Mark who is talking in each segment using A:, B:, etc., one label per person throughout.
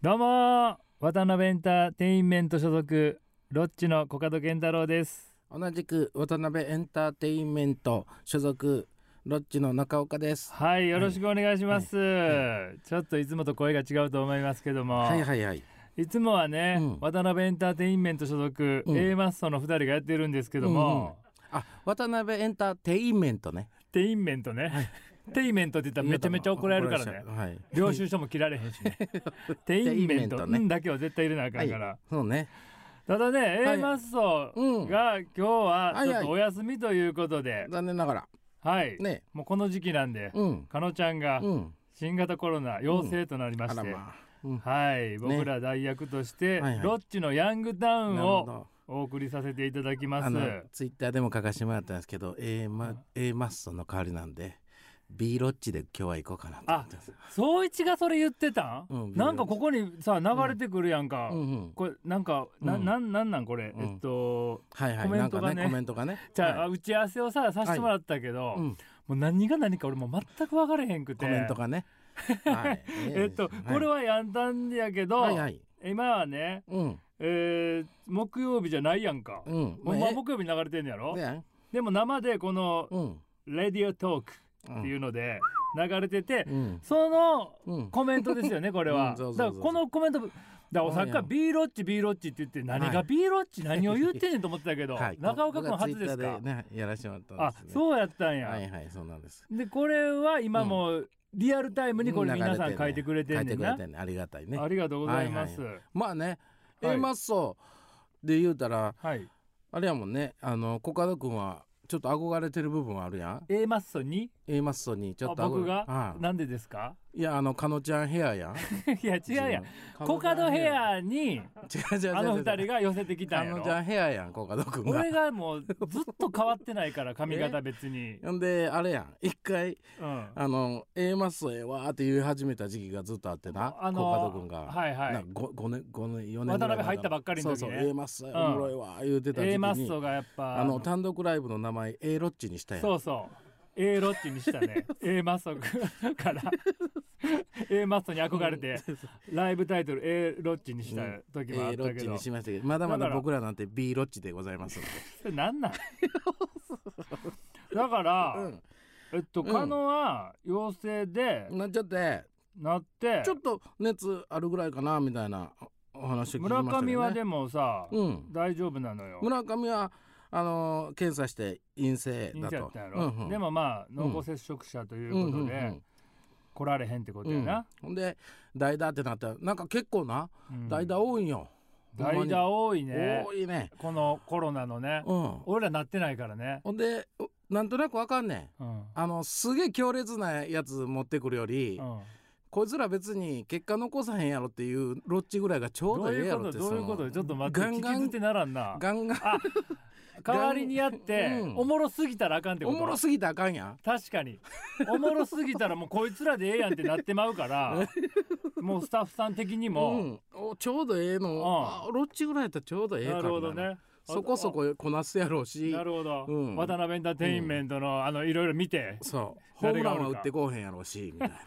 A: どうもー渡辺エンターテインメント所属ロッチのコカド健太郎です
B: 同じく渡辺エンターテインメント所属ロッチの中岡です。
A: はいよろしくお願いします、ちょっといつもと声が違うと思いますけども、
B: はい
A: い
B: はいはい。
A: つもはね、
B: うん
A: 渡辺エンターテインメント所属、
B: うん
A: A マッソの2人がやってるんですけども、
B: あ、渡辺エンターテインメントね。
A: テインメントね、テイメントって言ったらめちゃめちゃ怒られるからね
B: はい。
A: 領収書も切られへんし ねテインメント
B: テインメントね
A: うんだけは絶対入れなあかんから、
B: はいそうね。
A: ただね、
B: は
A: A
B: い
A: マッソ
B: うん。
A: が今日は
B: はい
A: ち
B: は
A: ょっ
B: い
A: とお休みということで、
B: 残念ながら
A: はい、
B: ね。
A: もうこの時期なんで、
B: うん。
A: かのちゃんが
B: うん。
A: 新型コロナ陽性となりま
B: あ
A: し
B: ら
A: て、
B: まあ。うん
A: はい僕ら代役として、
B: はいはい
A: ロッチのヤングタウン
B: なるほ
A: を
B: ど。
A: お送りさせていただきま
B: あ
A: す
B: のツイッターでも書かせてもらったんですけど、A マ A マッソの代わりなんで B ロッチで今日は行こうかなと思ってます。
A: 総一がそれ言ってたん、
B: うん
A: なんかここにさ流れてくるやんか、
B: うんうん。
A: これなんか、な
B: うん
A: なんなんなんこれ、
B: うん
A: えっと
B: はいはい。
A: コメ
B: な
A: ン
B: ん
A: ト
B: か
A: がね
B: ねコメントがね。
A: じゃあ、
B: はい
A: 打ち合わせをささせてもらったけど、
B: う
A: も
B: ん
A: う何が何か俺もう全く分かれへんくて
B: コメント がね。はい
A: えっと、これ
B: は
A: はやんだんやけど、
B: はいはい。
A: 今はね、
B: うん
A: えー木曜日じゃないやんか、
B: うん。
A: ほんまは木曜日に流れてんのやろ、
B: ね
A: でも生でこの
B: うん。
A: 「レディオトーク」
B: う
A: って
B: ん
A: いうので流れてて、
B: うん。
A: その
B: うん。
A: コメントですよねこれ
B: う
A: は。
B: んそう
A: だ
B: そ
A: から
B: うそうそう
A: このコメントだからさっきから
B: うん
A: B ロッチ B ロッチって言って何が B ロッチ何を言ってんねんと思ってたけど、
B: はい
A: 中岡君初です
B: 僕が
A: か
B: Twitter ね、やらせてもらったん
A: あ
B: です、ね。
A: そうやったんや。
B: はいはい、そうなんです。
A: でこれは今もうリアルタイムにこれ皆さん書いてくれて
B: 書
A: ん
B: い
A: ね
B: て
A: ん
B: く
A: な。
B: れてんね。ありがたいね。
A: ありがとうございます。
B: は
A: はい
B: まあね、
A: はい
B: A マッソで言うたら、あれやもんね、あの、コカド君は、ちょっと憧れてる部分はあるやん。
A: A マッソに
B: A マッソにちょっと
A: あ
B: 憧れ
A: 僕が
B: はい
A: なんでですか
B: いや、あの、かのちゃんヘアやん。
A: いや 違うやん。
B: 自分
A: コカドヘ。アに
B: 違う違う違う。
A: あの二人
B: が。
A: が寄せてきた
B: か
A: んや
B: の
A: ろ
B: ちゃんヘアやん、コカド君が
A: 俺。がもうずっと変わってない から髪型別に、
B: ほんで、あれやん。一回、
A: うん、
B: あの、A マッソええわーって言い始めた時期がずっとあってな、
A: あ
B: コカド君が。
A: はいは
B: ないご五年五年四年ぐら
A: 渡辺
B: い前かな
A: 入ったばっかりの時
B: そうそう
A: ね
B: A マッソお
A: ん
B: もろいわ言うてた時期に、
A: A マッソがやっぱ
B: あの単独ライブの名前 A ロッチにしたやん
A: そうそう A ロッチにした ね A マッソから A マッソに憧れてライブタイトル A ロッチにした時もあ
B: A
A: っ
B: ロ
A: た
B: ッ
A: け
B: チ
A: ど
B: にしましたけどまだま
A: だか
B: だ
A: ら
B: 僕らなんて B ロッチでございますんで
A: それなんなん だから、えっと
B: うん
A: カノは陽性で
B: うん、なっちゃって
A: なって
B: ちょっと熱あるぐらいかなみたいなお話を聞きました
A: 村
B: よね
A: 上はでもさ、
B: うん
A: 大丈夫なのよ
B: 村上はあのー検査して陰性
A: 陰
B: だ
A: 性やっ
B: と
A: たやろ、
B: うんうん
A: でもまあ濃厚接触者ということで、
B: うんうんうん
A: 来られへんってことやな、
B: ほんで代打ってなったらなんか結構な
A: うん
B: 代打多いんよ、ほんま
A: 代
B: に
A: 打多いね
B: 多いね
A: このコロナのね、
B: うん
A: 俺らなってないからね、
B: ほんでうなんとなくわかんねん
A: うん
B: あのすげえ強烈なやつ持ってくるより、
A: うん
B: こいつら別に結果残さへんやろっていうロッチぐらいがちょう
A: ど
B: ど
A: う
B: ええ
A: い
B: や
A: うこ
B: ろっ
A: と
B: て
A: どういうことちょっと待って
B: ガンガン
A: 聞き捨てならんな
B: ガンガン
A: あ代わりにやって、
B: うん
A: おもろすぎたらあかんってこ
B: お
A: と
B: もろすぎたらあかんやん
A: 確かにおもろすぎたらもうこいつらでええやんってなってまうから もうスタッフさん的にも、
B: んおちょうどええの、あロッチぐらいやったらちょうどええか
A: なるほど
B: みたいな
A: ね
B: そこそここなすやろうし
A: なるほど、
B: うん
A: 渡辺エンターテインメントの、あのいろいろ見 て
B: そうホー
A: 誰
B: ム
A: が
B: ラ
A: おるか
B: ンは打ってこうへんやろうしみたいな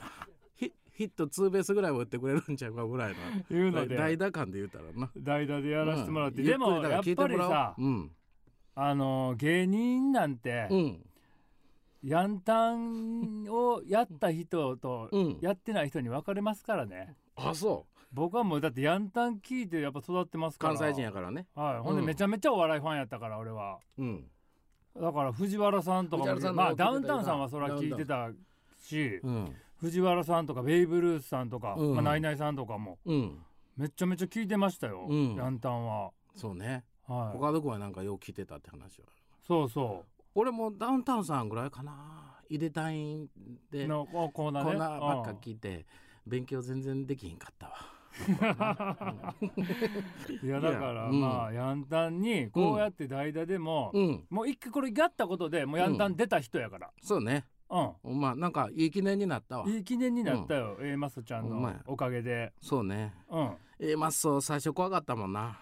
B: ヒヒットツーベースぐらいは打ってくれるんちゃうか ぐらい
A: いうの
B: の
A: で
B: 代打感で言うたらな
A: 代打でやらせてもらって、
B: うんゆ
A: で
B: くり
A: もや
B: だから
A: っ
B: 聞いて
A: ぱ
B: も
A: り
B: らおう
A: さ
B: うん
A: あの芸人なんて、
B: うん
A: ヤンタンをやった人と
B: うん
A: やってない人に分かれますからね
B: あそう
A: 僕はもうだってヤンタン聞いてやっぱ育ってますから
B: 関西人やからね
A: はい、ほんで
B: うん
A: めちゃめちゃお笑いファンやったから俺は
B: うん
A: だから藤原さんとか
B: 藤
A: も
B: 原さんとか
A: まあ
B: 聞
A: ダウ
B: いてたよな
A: ンタウンさんはそれは聞いてたし
B: うん
A: 藤原さんとかベイブルースさんとか、
B: うん
A: まあ、ナイナイさんとかも
B: うん
A: めちゃめちゃ聞いてましたよ、
B: うん
A: ヤンタンは。
B: そうね
A: はい、
B: 他の子はなんかよう聞いてたって話は
A: そうそ
B: 俺もダウンタウンさんぐらいかな入れたいん
A: う
B: で
A: のこコーナーね
B: こんなばっか
A: うん
B: 聞いて勉強全然できひんかったわ
A: いやだから
B: うん
A: まあヤンタンにこうやって代打でも、
B: うん
A: もう一回これやったことでもうヤンタン出た人やから、
B: そうね
A: うん
B: まあなんかいい記念になったわ
A: いい記念になったよ、A マスちゃん
B: ほん
A: の
B: まや
A: おかげで。
B: そうね
A: うん、
B: えマッソ最初怖かったもんな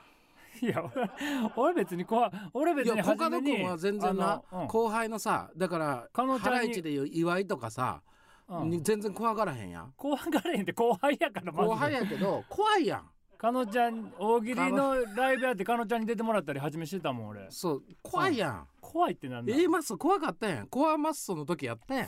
B: い
A: や 俺俺別にこわ俺
B: い
A: 別に
B: やコ
A: 初
B: カ
A: め
B: ド
A: に
B: 君は全然な
A: あのうん
B: 後輩のさだから
A: カノちゃんに
B: ハライチでいう岩井とかさ
A: うん
B: 全然怖がらへんやん
A: 後半がれへんって後輩やからまず
B: 後輩やけど怖いやん
A: かのちゃん大喜利のライブやってかのちゃんに出てもらったり始めしてたもん俺
B: そう怖いやん
A: 怖いってなんだ
B: A マッソ怖かったやんコアマッソの時 やったやん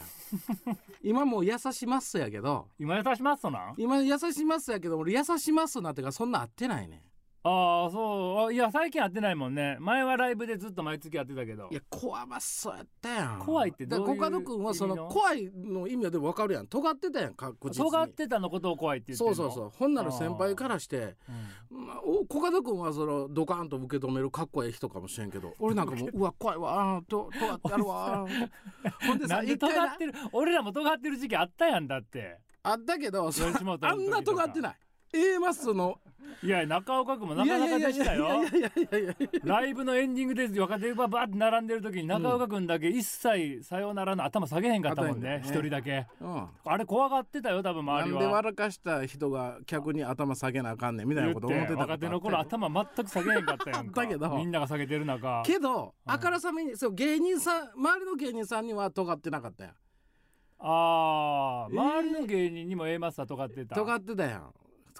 B: 今もう優しマッソやけど
A: 今やさしますとなん
B: 今優しマッソやけど俺優しマッソなんてからそんな合ってないね
A: ああそうあいや最近会ってないもんね前はライブでずっと毎月やってたけど
B: んいやコアマッソやったやん
A: 怖いってどういう
B: だからコカド君はそ
A: 意味の
B: の怖いの意味はでも分かるやん尖ってたやん確実に
A: 尖ってたのことを怖いって言ってん
B: そ
A: の
B: うそうそうほんなら先輩からして
A: うん、
B: まあ、おコカド君はそのドカーンと受け止めるかっこいい人かもしれ んけど俺なんかもううわ怖いわあーと尖ってやるわ ほんで
A: な
B: さ
A: んで
B: 一
A: 尖
B: 回
A: っ
B: な
A: てる俺らも尖ってる時期あったやんだって
B: あっ たけどそ
A: 吉本の時とか
B: あんな尖ってない A マッソの
A: いや中岡君もなかなかでしたよ
B: いやいやいやいやいやいや
A: ライブのエンディングで若手がバーって並んでる時に中岡君だけ一切さようならの頭下げへんかったもんね
B: うん
A: 一、人だけ
B: うん
A: あれ怖がってたよ多分
B: な
A: 周り
B: ん
A: は
B: で笑かした人が客に頭下げなあかんねんみたいなこと思ってたことあ
A: 若
B: った
A: 手
B: よ
A: の頃頭全く下げへんかったやんか
B: あったけど
A: みんなが下げてる中
B: けど、
A: うん
B: あからさまにそう芸人さん周りの芸人さんには尖ってなかったやん
A: ああ
B: えー
A: 周りの芸人にも A マスター尖ってた、
B: 尖ってたやん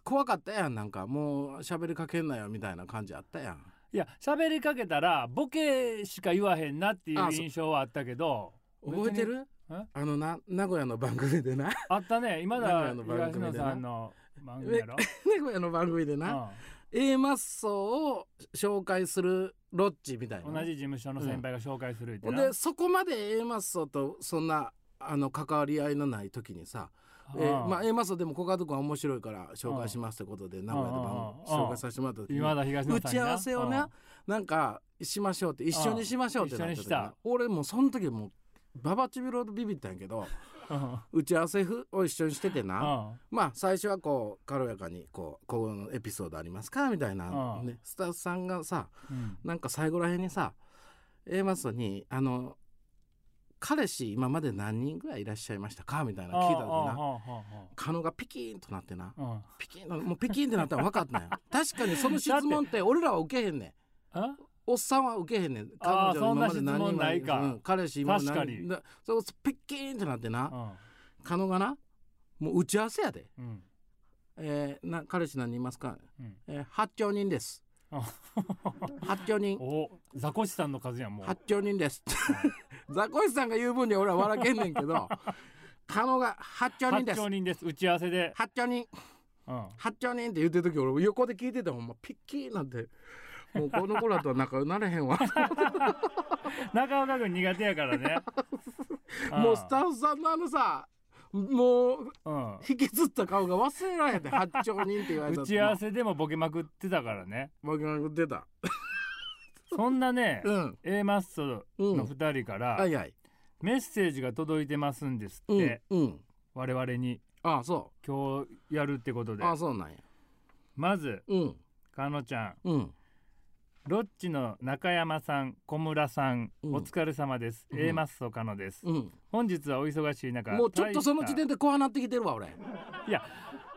B: 怖かったやんなんかもう喋りかけんなよみたいな感じあったやん
A: いや喋りかけたらボケしか言わへんなっていう
B: あそう
A: 印象はあったけど
B: 覚えてる
A: え
B: あのな名古屋の番組でな
A: あったね今
B: 名
A: だ
B: 古屋の番
A: 東
B: 組
A: 野
B: でな
A: さんの番組やろ、
B: 名古屋の番組でな、
A: う
B: A マッソを紹介するロッチみたい
A: ん
B: な
A: 同じ事務所の先輩が紹介するって
B: ほん
A: な、
B: でそこまで A マッソとそんなあの関わり合いのない時にさ、えーまあ、A マッソでもコカド君は面白いから紹介しますってことで名古屋で番組
A: うん
B: 紹介させてもらった時に
A: 今田東野さん
B: 打ち合わせをな
A: な、
B: なんかしましょうって一緒にしましょうってなった
A: 一緒にし
B: 時な
A: た
B: 俺もうその時もうババチビロードビビったんや けど
A: うんうん
B: 打ち合わせふを一緒にしててな、
A: うん
B: まあ最初はこう軽やかにこう「このエピソードありますか?」みたいな、
A: うん
B: ね、スタッフさんがさ
A: うん
B: なんか最後らへんにさ A マッソに「あの彼氏今まで何人ぐらいいらっしゃいましたか?」みたいな聞いた時
A: ああ
B: な
A: あああ
B: 狩野がピキーンとなってな
A: あうん
B: ピキーンともうピキーンってなったら分かったんよ確かにその質問って俺らは受けへんねん
A: あ
B: おっさんは受けへんねん彼
A: あー
B: 女は今まで
A: そんな質問
B: 何人
A: ないか
B: うん彼氏今まで
A: 確か
B: 何
A: に
B: 人そうピキーンってなってな
A: うん
B: 狩野がなもう打ち合わせやで。
A: うん
B: えー、な彼氏何人いますか、
A: うん
B: えー、八丁人です
A: あ
B: 八丁人
A: おザコシさんの数やんもう
B: 八丁人ですザコシさんが言う分には俺は笑けんねん けど狩野が八丁人
A: 八
B: です
A: 兆人です打ち合わせで、
B: 八丁人
A: うん、
B: 八丁人って言ってる時俺横で聞いててほんまピッキーなんてもうこの子らとは仲良くなれへ んわ
A: 中岡君苦手やからね
B: もうスタ
A: ッ
B: ッフさんのあのさもう
A: フ、う
B: 引きずった顔が忘れられて八丁人って言われ
A: ん、
B: た
A: 打ち合わせでもボケまくってたからね
B: 僕が言ってた
A: そんなね
B: うん
A: A マッソ
B: う
A: の
B: ん
A: 2人から、
B: はいはい
A: メッセージが届いてますんですっ
B: う
A: て
B: ん、うん
A: 我々に
B: ああそ
A: 今日やるってこと
B: う
A: で
B: ああそうなんや
A: まず
B: うん
A: かのちゃん
B: うん
A: ロッチの中山さん小村さん、
B: うん
A: お疲れ様です、
B: うん
A: A マッソかのです、
B: うん
A: 本日はお忙しい中
B: もうちょっとその時
A: 大し
B: 点で怖なってきてるわ俺
A: いや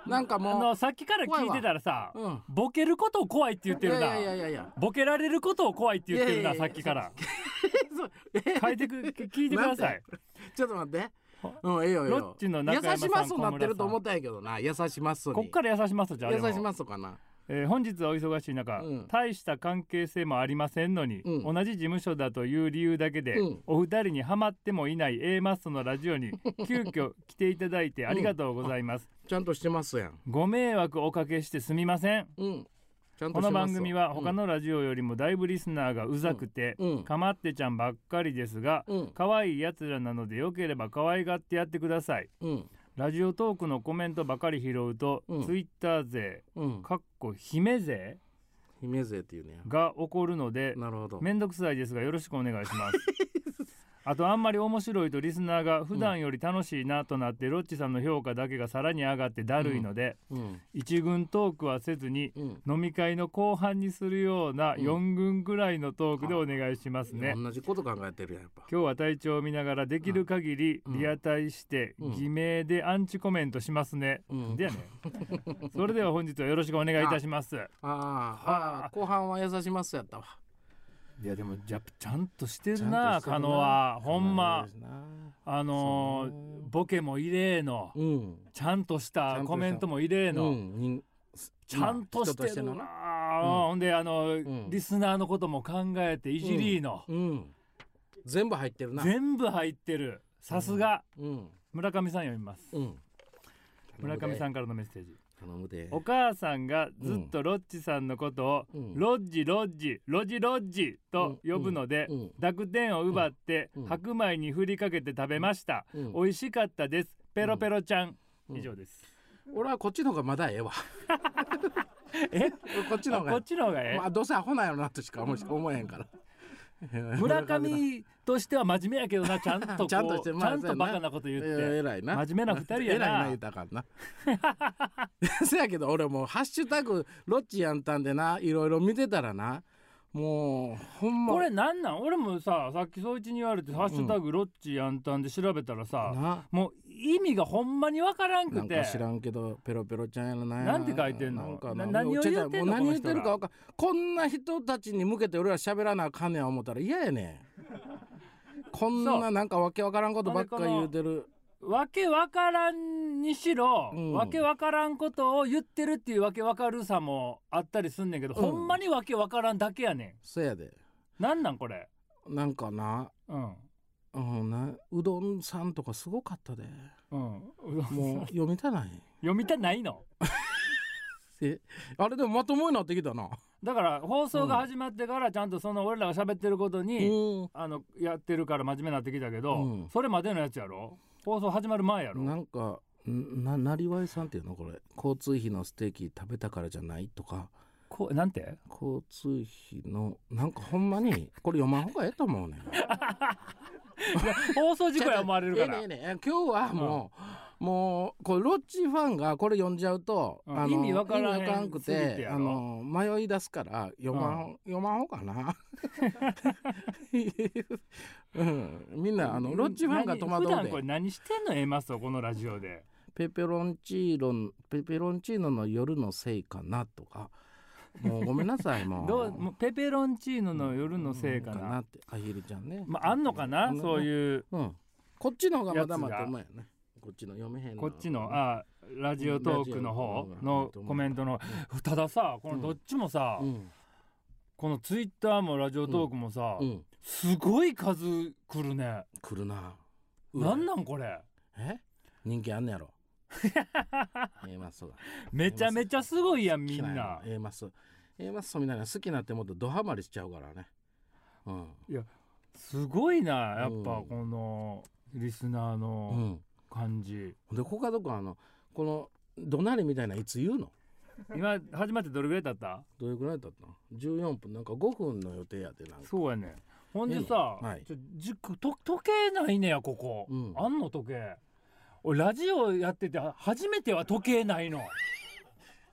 B: なんか
A: たあ
B: も
A: のさっきから聞いてたらさ
B: ううん
A: ボケることを怖いって言ってる
B: い
A: な
B: やいやいやいや
A: ボケられることを怖いって言ってる
B: いや
A: ない
B: や
A: さ
B: い
A: っ
B: や
A: き から
B: そうえ
A: 書いてく聞いてください
B: ちょっと待ってうんええよええよ
A: ロッチの中山さん
B: 優しマッソになってると思ったんやけどな優しマッソに
A: こっから優しますじゃああれ
B: 優
A: も
B: しマッソかな
A: えー本日はお忙しい中、
B: うん
A: 大した関係性もありませんのに、
B: うん
A: 同じ事務所だという理由だけで、
B: うん
A: お二人にはまってもいない A マストのラジオ に急遽来ていただいてありがとうございます、
B: ちゃんとしてますやん
A: ご迷惑おかけしてすみません
B: うんちゃんと
A: こ
B: してます
A: の番組は他のラジオよりもだいぶリスナーがうざくて、
B: うんうん
A: かまってちゃんばっかりですが
B: うん
A: 可愛いやつらなのでよければ可愛がってやってください
B: うん
A: ラジオトークのコメントばかり拾うと、
B: うん
A: ツイッター勢
B: うん
A: かっこ姫勢
B: 姫勢っていうね
A: が起こるので
B: なるほど
A: めんどくさいですがよろしくお願いします あとあんまり面白いとリスナーが普段より楽しいなとなって、ロッチさんの評価だけがさらに上がってだるいので、
B: うん
A: 一軍トークはせずに
B: うん
A: 飲み会の後半にするような
B: うん
A: 4軍ぐらいのトークでお願いしますね、
B: 同じこと考えてるやんやっぱ
A: 今日は体調を見ながらできる限り
B: うん
A: リアタイして
B: うん
A: 偽名でアンチコメントしますね、
B: うん
A: でやねそれでは本日はよろしくお願いいたします
B: あーあー後半は優しマッソやったわ
A: いやでもやっぱちゃんとして
B: ちゃ
A: る
B: んと
A: な
B: してるな
A: 狩野はほんま
B: そうですな
A: あのー
B: そうね
A: ボケも異例の
B: うん
A: ちゃんとし
B: ちゃ
A: た
B: んとした
A: コメントも異例の、
B: うん人
A: ちゃんとして
B: 人
A: るな
B: の
A: あ
B: うん
A: ほんであの、
B: ん
A: リスナーのことも考えていじりーの、
B: うん全部入ってるな
A: 全部入ってるさすが
B: うん
A: 村上さん読みます
B: うん
A: 村上さ
B: ん
A: んからのメッセージ
B: 頼むで
A: お母さんがずっとロッチさんのことを、
B: うん
A: ロッジロッジロジロッジと呼ぶので、
B: うん
A: 濁点を奪って、
B: うん
A: 白米に振りかけて食べました、
B: うん
A: 美味しかったですペロペロちゃん、
B: うん
A: 以上です、
B: 俺はこっちの方がまだええわ
A: え
B: こっちの方
A: あこ
B: が
A: っちの方がええ、
B: まあどうせアホなんやろなとしか思い思えへんから
A: 村
B: さん
A: 上としては真面目やけど なちゃんとこう
B: ちゃんとしてまあ
A: ちゃんとバカなこと言って、
B: えらいな
A: 真面目な二人やな
B: えらいな 言うたらあかんなせやけど俺もうハッシュタグロッチやんたんでないろいろ見てたらなもうほんま
A: これなんなん俺もささっきそういちに言われて「ハッシュタグロッチやんたん」で調べたらさ、
B: な
A: もう意味がほんまにわからん
B: な
A: く
B: ん
A: て
B: か知らんけどペロペロちゃんやらなんや
A: なんて書いてんの
B: なんか
A: な
B: な
A: 何を言ってんの
B: もう何
A: この
B: 言っ
A: 人
B: て
A: ら
B: るかわかんこんな人たちに向けて俺ら喋らなあかんねん思ったら嫌やね んこん
A: そ
B: な
A: う
B: なんかわけわからんことばっか言うてる
A: わけわからんにしろ、
B: うん
A: わけわからんことを言ってるっていうわけわかるさもあったりすんねんけど、
B: うん
A: ほんまにわけわからんだけやね
B: そやで
A: んなんなんこれ
B: なんかな
A: うん
B: うん、なうどんさんとかすごかったで
A: うん
B: もう読みたない
A: 読みたないの
B: えあれでもまともになってきたな
A: だから放送が始まってからちゃんとその俺らが喋ってること
B: う
A: に、
B: ん
A: あのやってるから真面目になってきたけど、
B: うん
A: それまでのやつやろ放送始まる前やろ
B: なんかんななりわいさんっていうのこれ交通費のステーキ食べたからじゃないとか
A: こうなんて
B: 交通費のなんかほんまにこれ読まん方がええと思うねん
A: 放送事故や思われるから
B: ええねんええねん今日はもう、もうこれロッチファンがこれ読んじゃうと、
A: うん意味わからへん
B: 意味わからんく
A: すぎて
B: て
A: やろ
B: あの迷い出すから読まん、読まんほうかな、うん、みんなあのロッチファンが戸惑
A: 何普段こ
B: う
A: れ
B: で
A: 何してんの A マスをこのラジオで
B: ペペロンチーロンペペロンチーノの夜のせいかなとかもうごめんなさいもう
A: どうもうペペロンチーノの夜のせいかな,、
B: ってアヒルちゃんね
A: まああんのかな、そう
B: う、
A: いう
B: うん、こっちの方がまだま
A: やつ
B: だ
A: が
B: うまいよねこっちの読めへん
A: こっちのあラジオトークの方
B: うんラジオ
A: の
B: うん
A: コメントの、たださこのどっちもさ、
B: うん
A: このツイッターもラジオトークもさ、
B: うん
A: すごい数来るね、
B: 来るな
A: なんなんこれ
B: え人気あんね やろええマッソが
A: めちゃめちゃすごいやんみん
B: 嫌い
A: な
B: のええマッソええマッソみたいな好きになってもっとドハマりしちゃうからねうん
A: すごいなやっ
B: う
A: ぱ
B: ん
A: このリスナー
B: う
A: の
B: ん
A: 感じ、
B: でコカド君あのこの怒鳴りみたいないつ言うの
A: 今始まってどれぐらい経った
B: どれぐらいだったの14分なんか5分の予定やでなんか
A: そうやねほんでさ、
B: ええのはい
A: ちょじくと時計ないねやここ、
B: うん
A: あんの時計俺ラジオやってて初めては時計ない の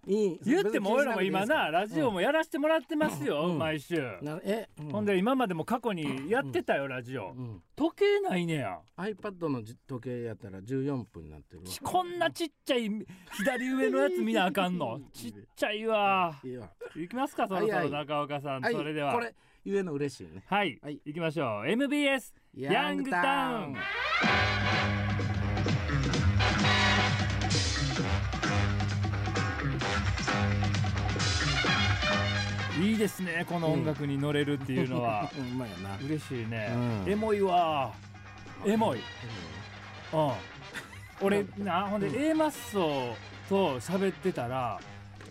B: いい
A: 言っても俺らも今なラジオ
B: も、
A: もやらしてもらってますよ、
B: うん
A: 毎週、
B: うんなえ、う
A: ほんで今までも過去にやってたよ、ラジ
B: う
A: オ
B: ん、
A: 時計ないねや
B: iPad のじ時計やったら14分になってるわ
A: こんなちっちゃい左上のやつ見なあかんのちっちゃいわ
B: いいわ
A: 行きますかそろそ
B: はいは
A: ろ
B: い
A: 中岡さん、
B: はい
A: それでは
B: これ言えの嬉しいね
A: はい、
B: はい
A: 行きましょう MBS ヤングタウンいいですねこの音楽に乗れるっていうの は、
B: うんうまいよな
A: 嬉しいね、
B: うん
A: エモいわエモいうん俺なほんで、
B: うん
A: A マッソと喋ってたら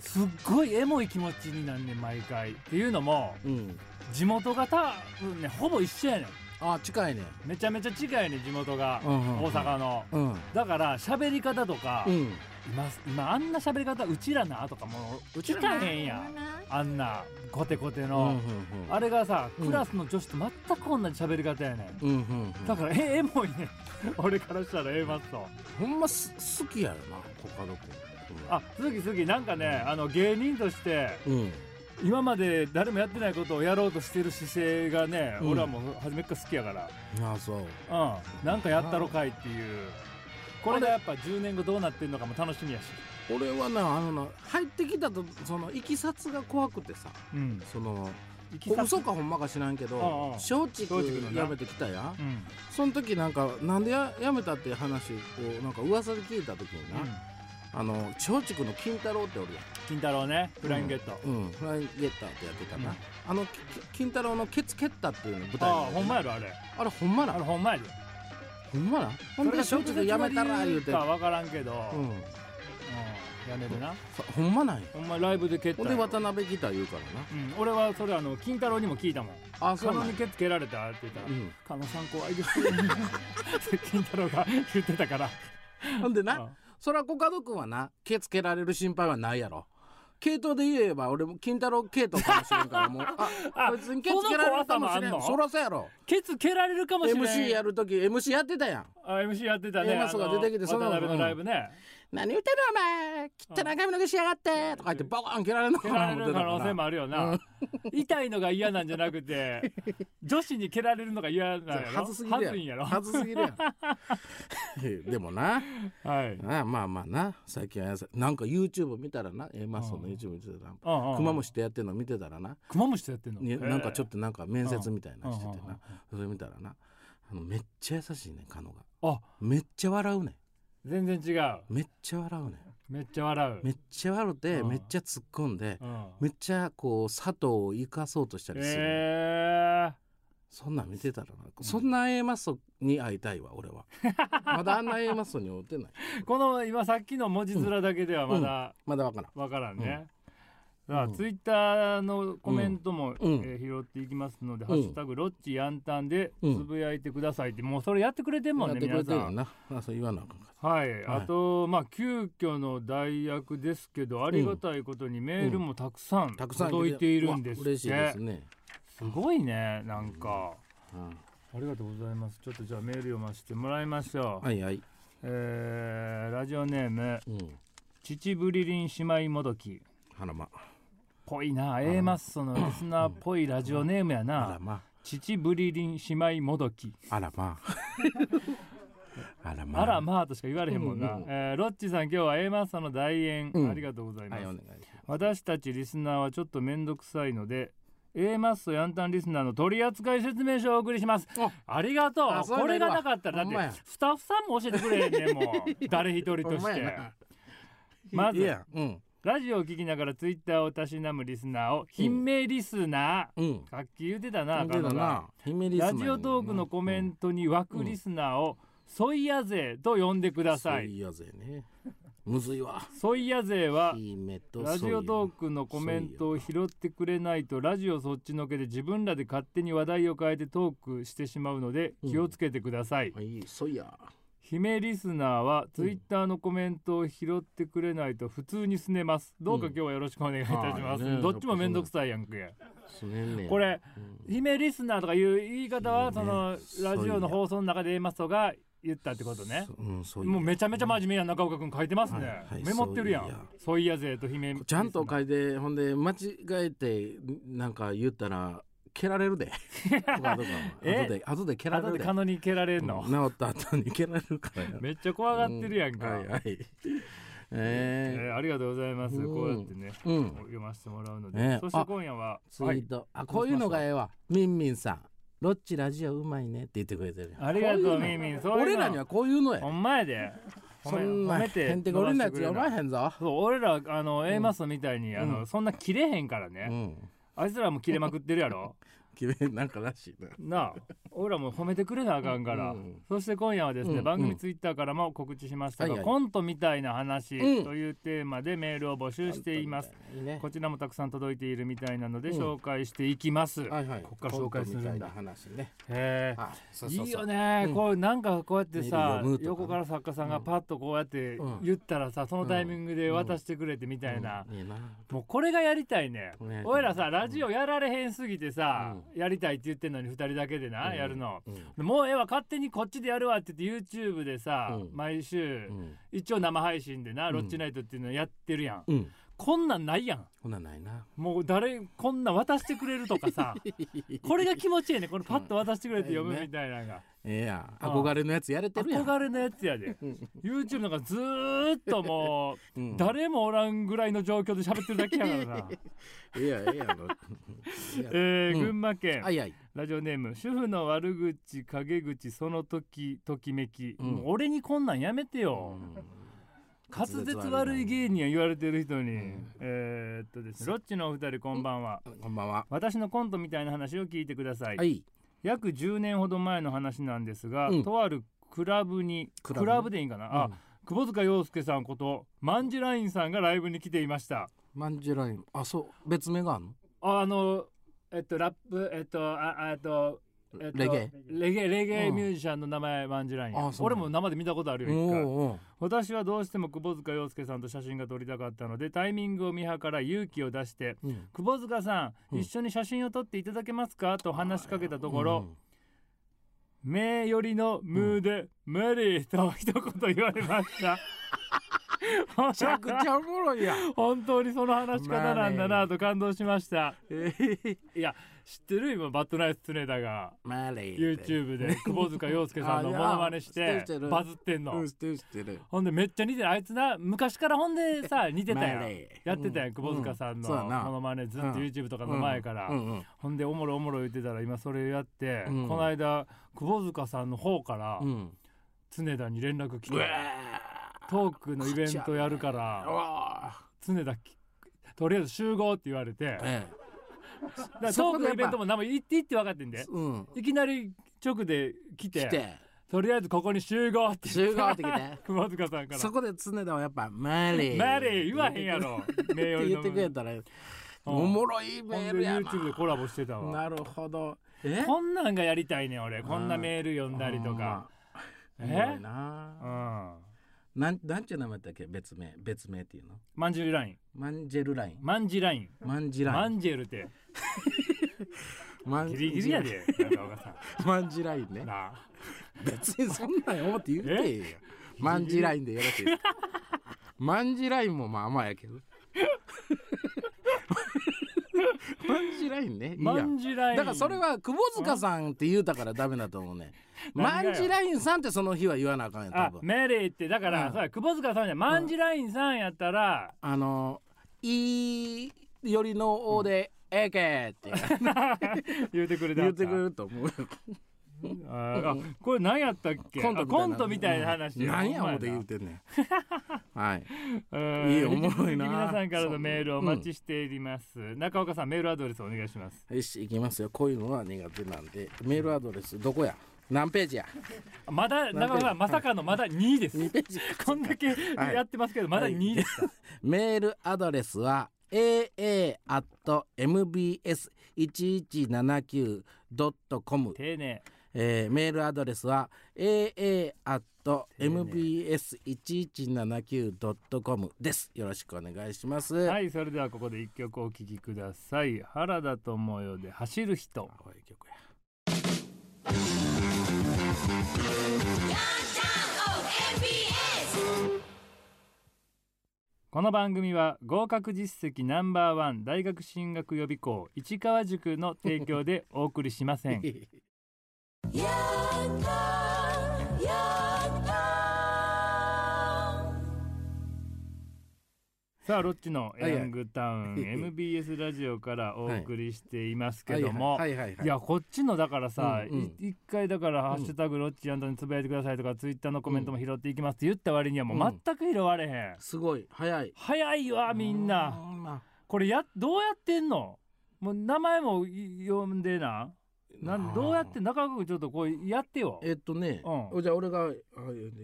A: すっごいエモい気持ちになんねん毎回っていうのも
B: うん
A: 地元が多分ねほぼ一緒やね
B: あ近いね
A: んめちゃめちゃ近いねん地元が、
B: うんうんうん
A: 大阪の、
B: うん
A: だから喋り方とか、
B: うん
A: 今今あんな喋り方うちらなとかもう聞かへんやんあんなコテコテ
B: うんう
A: の
B: ん、うん
A: あれがさ
B: うん
A: クラスの女子と全く同じ喋り方やねん、
B: うんうんうん
A: だからえエモいね 俺からしたらええマッソ
B: ほんます好きやよなコカド君
A: あ鈴木鈴木なんかねあの芸人として
B: うん
A: 今まで誰もやってないことをやろうとしてる姿勢がね、
B: うん
A: 俺はもう初めっから好きやか
B: あそう
A: らうんなんかやったろかいっていうこれがやっぱ10年後どうなってんのかも楽しみやし
B: 俺はなあのな入ってきたとそのいきさつが怖くてさ
A: うん
B: その
A: いき
B: こ
A: さつ
B: 嘘かほんまか知らんけ
A: ああ
B: ど松竹
A: 松竹のな
B: やめてきたやん
A: うん、うん
B: その時なんかなんでややめたって話をなんか噂で聞いた時にな、あの松竹の金太郎っておるやん
A: 金太郎ねフライングゲット、
B: うん、フライングゲッターってやってたな、
A: うん
B: あのき金太郎のケツケッタっていうの舞台
A: ああ
B: に
A: ほんまやろあれ
B: あれほんま
A: あ
B: な
A: れほんまやで
B: ほんまなほんで松竹やめたら言うて、うん
A: か、分からんけど、うん
B: そ
A: やめてな、
B: ほんまなんや
A: ほんまライブで蹴った
B: ほん
A: よ
B: で渡辺ギター言うから
A: うん、俺はそれあの金太郎にも聞いたもん
B: なあ
A: 「カ
B: そうな
A: ノ
B: ん
A: に
B: や
A: 蹴つけられた」って言ったら
B: うん
A: 「カノさん怖 いですよ」って金太郎が言ってたから
B: ほんでな
A: う
B: そらコカド君はな毛つけられる心配はないやろ系統で言えば俺も金太郎系統かもしれんから もうあ
A: あ
B: 別に毛つけられるかもしれん
A: その怖さもあんの
B: そらそうやろ
A: んケツ蹴られるかもしれない
B: MC やる時 MC やってたやん
A: あ MC やってたね
B: A マスが出てきて
A: あ
B: そ
A: の
B: の
A: 渡辺のライブね、
B: 何言ってるお前汚い髪の毛しやがってとか言ってバカン蹴られるの
A: 蹴
B: か
A: れ
B: らな思
A: る
B: ってた
A: 可
B: から
A: 能性もあるよな、
B: うん
A: 痛いのが嫌なんじゃなくて女子に蹴られるのが嫌なんやろ
B: はずすぎる
A: はずいんや
B: やん
A: ろ
B: はずすぎるやん でもな
A: はい
B: なあまあまあな最近はやさなんか YouTube 見たらな A マスソンの
A: うん
B: YouTube 見てたら
A: うんうん
B: クマムシってやってんの見てたらな
A: クマムシとやってんの、
B: になんかちょっ
A: と
B: となんか面接みたいなのしてて
A: うんうんうん
B: なそれ見たらなあのめっちゃ優しいねんカノが
A: あ
B: めっちゃ笑うねん
A: 全然違う
B: めっちゃ笑うねん
A: めっちゃ笑う
B: めっちゃ笑うて
A: うん
B: めっちゃ突っ込んで
A: うん
B: めっちゃこう佐藤を生かそうとしたりするねん
A: え
B: そんなん見てたらな、そんな A マッソに会いたいわ俺はまだあんな A マッソに会ってない
A: えこの今さっきの文字面だけではまだ
B: まだわからん
A: わからんね、
B: うん
A: さあ
B: うん
A: ツイッターのコメントも、
B: うん
A: えー拾っていきますので「
B: ん
A: ハッシュタグロッチヤンタン」で
B: うん
A: つぶやいてくださいって、もうそれやってくれてんもん
B: や
A: ね
B: ってくれ
A: 皆
B: て
A: さ
B: るよ
A: ん
B: なあそう言わなあかんか
A: はい、
B: はい
A: あとまあ急遽の代役ですけどありがたいことにメールもたくさん
B: たくさん
A: 届いているんですっ
B: うわ
A: て、
B: 嬉しいですね、
A: すごいねなんか、
B: うん
A: ありがとうございますちょっとじゃあメール読ませてもらいましょう、
B: はいはい、
A: えーラジオネーム
B: うん、
A: 秩父リリン姉妹もどき
B: あらま
A: ぽいな A マッソのリスナーっぽいラジオネームや
B: あら
A: な
B: ま
A: 秩父リリン姉妹もどき
B: あらま あらま
A: あらまあとしか言われへんもんな、
B: うんうん
A: えーロッチさん今日は A マッソの代演、
B: うん
A: ありがとうございま
B: は
A: す、
B: いお願いします
A: 私たちリスナーはちょっと面倒くさいので A マッソヤンタンリスナーの取扱説明書をお送りします
B: あ
A: ありがとう
B: あそういう
A: こ
B: の
A: れ
B: いるわ
A: がなかったら
B: ほんま
A: だっ
B: や
A: てスタッフさんも教えてくれへんねんも う誰一人と
B: ほんま
A: して
B: やな
A: まず
B: いやうん
A: ラジオを聞きながらツイッターをたしなむリスナーを品名リスナ
B: うん
A: ー、さっき言ってたな
B: 見て
A: あか
B: た
A: んのが
B: な姫リスマ
A: ラ
B: ンやねん
A: ジ
B: な
A: オトークのコメントに湧くリスナーを「ソイヤ勢」と呼んでくださ
B: そう
A: い。
B: やぜねむずいわ
A: ソイヤ勢は
B: 姫と
A: ラジオトークのコメントを拾ってくれないとラジオそっちのけで自分らで勝手に話題を変えてトークしてしまうので
B: うん
A: 気をつけてください。
B: クいいそうや
A: 姫リスナーはツイッターのコメントを拾ってくれないと普通にすねます。どうか今日はよろしくお願いいたします。
B: うんはいね
A: どっちもめんどくさいやんけ。
B: すねんねん
A: これ
B: うん
A: 姫リスナーとかいう言い方
B: いい
A: は
B: ね
A: そのラジオの放送の中でエマソが言ったってことね。
B: そうん、そういう
A: もうめちゃめちゃ真面目や中岡くん書いてますね、
B: はいはい
A: メモってるや
B: そうい
A: ん
B: や
A: そういやぜと姫
B: ちゃんと書いてほんで間違えてなんか言ったら蹴られ るでコカド君
A: え
B: 後で後で蹴られ
A: 後
B: る
A: で
B: で
A: カノに蹴られんの、
B: うん治った後に蹴られるからや
A: めっちゃ怖がってるやんか、
B: うはいはい
A: え
B: え
A: ーありがとうございます、
B: うん
A: こうやってね
B: ー、うん
A: 読ませてもらうので、
B: ね
A: そして
B: あ
A: 今夜は
B: ツイート、あこういうのがええわみんみんさんロッチラジオうまいねって言ってくれてるやん
A: ありがとう
B: こいの
A: みんみんそういうの
B: 俺らにはこういうのや
A: ほんまやで
B: そんなへんてこりんなやつ読ま
A: ん
B: へんぞ
A: そう俺らあの A マスみたいに、あ
B: う
A: の
B: ん
A: そんな切れへんから
B: う
A: ね、
B: ん
A: あいつらも切れまくってるやろ
B: 君なんからしいな
A: なあ俺らも褒めてくれなあかんから、
B: うん
A: そして今夜はですね、
B: うん
A: 番組ツイッターからも告知しましたが、
B: はいはい
A: コントみたいな話
B: うん
A: というテーマでメールを募集しています、
B: いいね
A: こちらもたくさん届いているみたいなので
B: うん
A: 紹介していきます、
B: はいはい、
A: こっから紹介するんだ
B: コントみたいな話ね。
A: へえ
B: あそうそうそう
A: いいよね、
B: うん
A: こうなんかこうやってさ、
B: メール読むとかね
A: 横から作家さんがパッとこうやって
B: うん
A: 言ったらさそのタイミングで
B: うん
A: 渡してくれてみたいな、
B: うんいいな
A: もうこれがやりたいね、
B: これやりたい
A: 俺らさラジオやられへんすぎてさ、
B: う
A: やりたいって言ってんのに2人だけでな、
B: うん
A: やるの、
B: うん
A: もうええわ勝手にこっちでやるわって言って YouTube でさ、
B: うん
A: 毎週、
B: うん
A: 一応生配信でな、
B: うん
A: ロッチナイトっていうのやってるやん
B: うん
A: こんなんないやん
B: ほなないな
A: もう誰こんなん渡してくれるとか さこれが気持ちいいねこのパッと渡してくれて読むみたいなのが、
B: ええやん
A: ああ
B: 憧れのやつやれてるやん
A: 憧れのやつやで YouTube なんかずーっともう
B: うん
A: 誰もおらんぐらいの状況で喋ってるだけやから な
B: ええやんええや んええや
A: えー
B: うん
A: 群馬県、
B: んあいあい
A: ラジオネーム主婦の悪口陰口その時ときめき、
B: うん
A: もう俺にこんなんやめてよ、滑舌悪い芸人は言われてる人に、
B: うん
A: えーっとですねロッチのお二人こんばんは、
B: こんばんは
A: 私のコントみたいな話を聞いてください、
B: はい
A: 約10年ほど前の話なんですが、
B: うん
A: とあるクラブに
B: ク
A: ク
B: ラ
A: ラブ
B: ブ
A: でいいんかな、
B: う
A: あ
B: ん
A: 久保塚洋介さんことマンジュラインさんがライブに来ていました
B: マンジュラインあそう別名があるの
A: ああのえっとラップえっとああえっとえっと
B: レゲエ
A: レゲエレゲエ
B: うん
A: ミュージシャンの名前マンジュラインや
B: あそう
A: 俺も生で見たことあるよ一回
B: お
A: 私はどうしても窪塚洋介さんと写真が撮りたかったのでタイミングを見計らい勇気を出して
B: ーおーうん
A: 「窪塚さん、
B: うん
A: 一緒に写真を撮っていただけますか?」と話しかけたところ「目寄りのムーで無理」と一言言われました。
B: めちゃくちゃおもろいやん
A: 本当にその話し方なんだなと感動しましたいや知ってる今バッドナイスツネーダーが
B: マレー
A: YouTube で久保塚洋介さんの
B: あいや
A: モノマネし
B: 知ってる
A: て
B: 知ってる
A: バズってん
B: う
A: の
B: ん知ってる知ってる
A: ほんでめっちゃ似てるあいつな昔からほんで さ似てたや
B: マ
A: ん
B: レー
A: やってたや
B: うん
A: 久保塚さんの
B: そうや
A: モ
B: な
A: ノマネずっと
B: うん
A: YouTube とかの前から
B: うんうん
A: ほんでおもろおもろ言ってたら今それやってこ
B: うん
A: の間久保塚さんの方から
B: うん
A: 常田に連絡来
B: う
A: て
B: わ
A: トークのイベントやるか
B: ー
A: ら
B: わ
A: 常田きとりあえず集合って言われて
B: ーえ
A: だから
B: そ
A: ト
B: こ
A: ー
B: で
A: クのイベ
B: やっぱ
A: ントも何も言っていいって分かってん
B: え
A: で
B: うん
A: いきなり直で来
B: 来
A: て
B: て
A: とりあえずここに集合って言
B: 集合ってき て
A: 久保塚さんから
B: そこで常田はやっぱマレー
A: マレー言わへんや ろ名
B: っ
A: 誉
B: て
A: の
B: 言ってくれたらおもろい
A: ほん
B: メ
A: で
B: ールや
A: YouTube でコラボしてた
B: な
A: わ
B: なるほどえ
A: こんなんがやりたいねん俺こんなメール読んだりとか
B: おもろ
A: え
B: いな
A: うん
B: なんなんちゅう名前だっけ別名別名っていうの
A: マンジュライン
B: マンジェルライン
A: マンジライン
B: マンジラ
A: マ
B: イン
A: ンジェルって
B: マン
A: ギリギリやで中岡さ
B: マンジラインね
A: んなあ
B: 別にそんなん思って言ってええやんマンジラインでよろしいですかマンジラインもまあまあ やけどマンジラインねいいや
A: マ
B: ん
A: ンジライン
B: だからそれは久保塚さんって言うたからダメだと思うね。
A: 何
B: マ
A: がよ
B: ンジラインさんってその日は言わなあかんやん多
A: あ
B: 分。
A: メレーってだか
B: う
A: ら
B: ん
A: そうや久保塚さんじゃマンジラインさんやったら
B: あのいいよりの王でええけ って
A: 言うてくれた
B: 言ってくれると思うよ。
A: ああこれ何やったっけ
B: コン
A: あ
B: ト
A: コントみたいな話
B: うん何や
A: ほんま
B: 思うて言うてんねん。はい。
A: うん
B: いいおもろいな
A: 引き続き皆さんからのメールをお待ちしています、中岡さんメールアドレスお願いします
B: よし行きますよ。こういうのは苦手なんでメールアドレスどこや？何ページや？
A: あまだ中岡さんまさかのまだ2位です
B: 2ページ。
A: こんだけ
B: い
A: やってますけどまだ2位です、
B: メールアドレスは aa.mbs1179.com
A: 丁寧
B: えーメールアドレスは aa.mbs1179.com です。よろしくお願いします。。
A: はいいそれではここで1曲お聴きください原田智代で走る人
B: こういう曲や。
A: この番組は合格実績ナンバーワン大学進学予備校市川塾の提供でお送りし ませんさあロッチのヤングタウン、
B: はいはい
A: MBS ラジオからお送りしていますけども、
B: はいはいはいはいい。
A: やこっちのだからさ、
B: うんうん
A: い一回だから「
B: ん
A: ハッシュタグロッチやんだにつぶやいてください」とかツイッターのコメントも拾っていきますって言った割にはも
B: う
A: うん全く拾われへん、
B: すごい早い。
A: 早いわみん
B: う
A: な
B: ま
A: これやどうやってんのもう名前もい呼んでな
B: あ
A: なんどうやって中川君ちょっとこうやってよ
B: えっとね、
A: う
B: じゃあ俺があ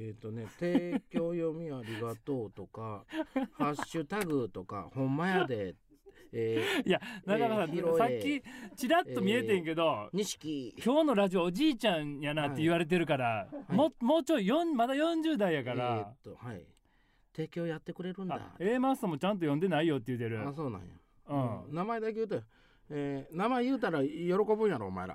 B: えっ とね提供読みありがとうとかハッシュタグとかほんまやで、えー、
A: いや中川さん、
B: えー
A: さ
B: 拾
A: っ
B: え
A: きちらっと見えてんけど、
B: 錦
A: 今日のラジオおじいちゃんやなって言われてるから、
B: い
A: ももうちょいよんまだ40代やから、
B: えーっとはい提供やってくれるんだ
A: あ A マスターもちゃんと呼んでないよって言ってる
B: あそうなんや、
A: うん
B: 名前だけ言うとえー名前言うたら喜ぶんやろお前 ら、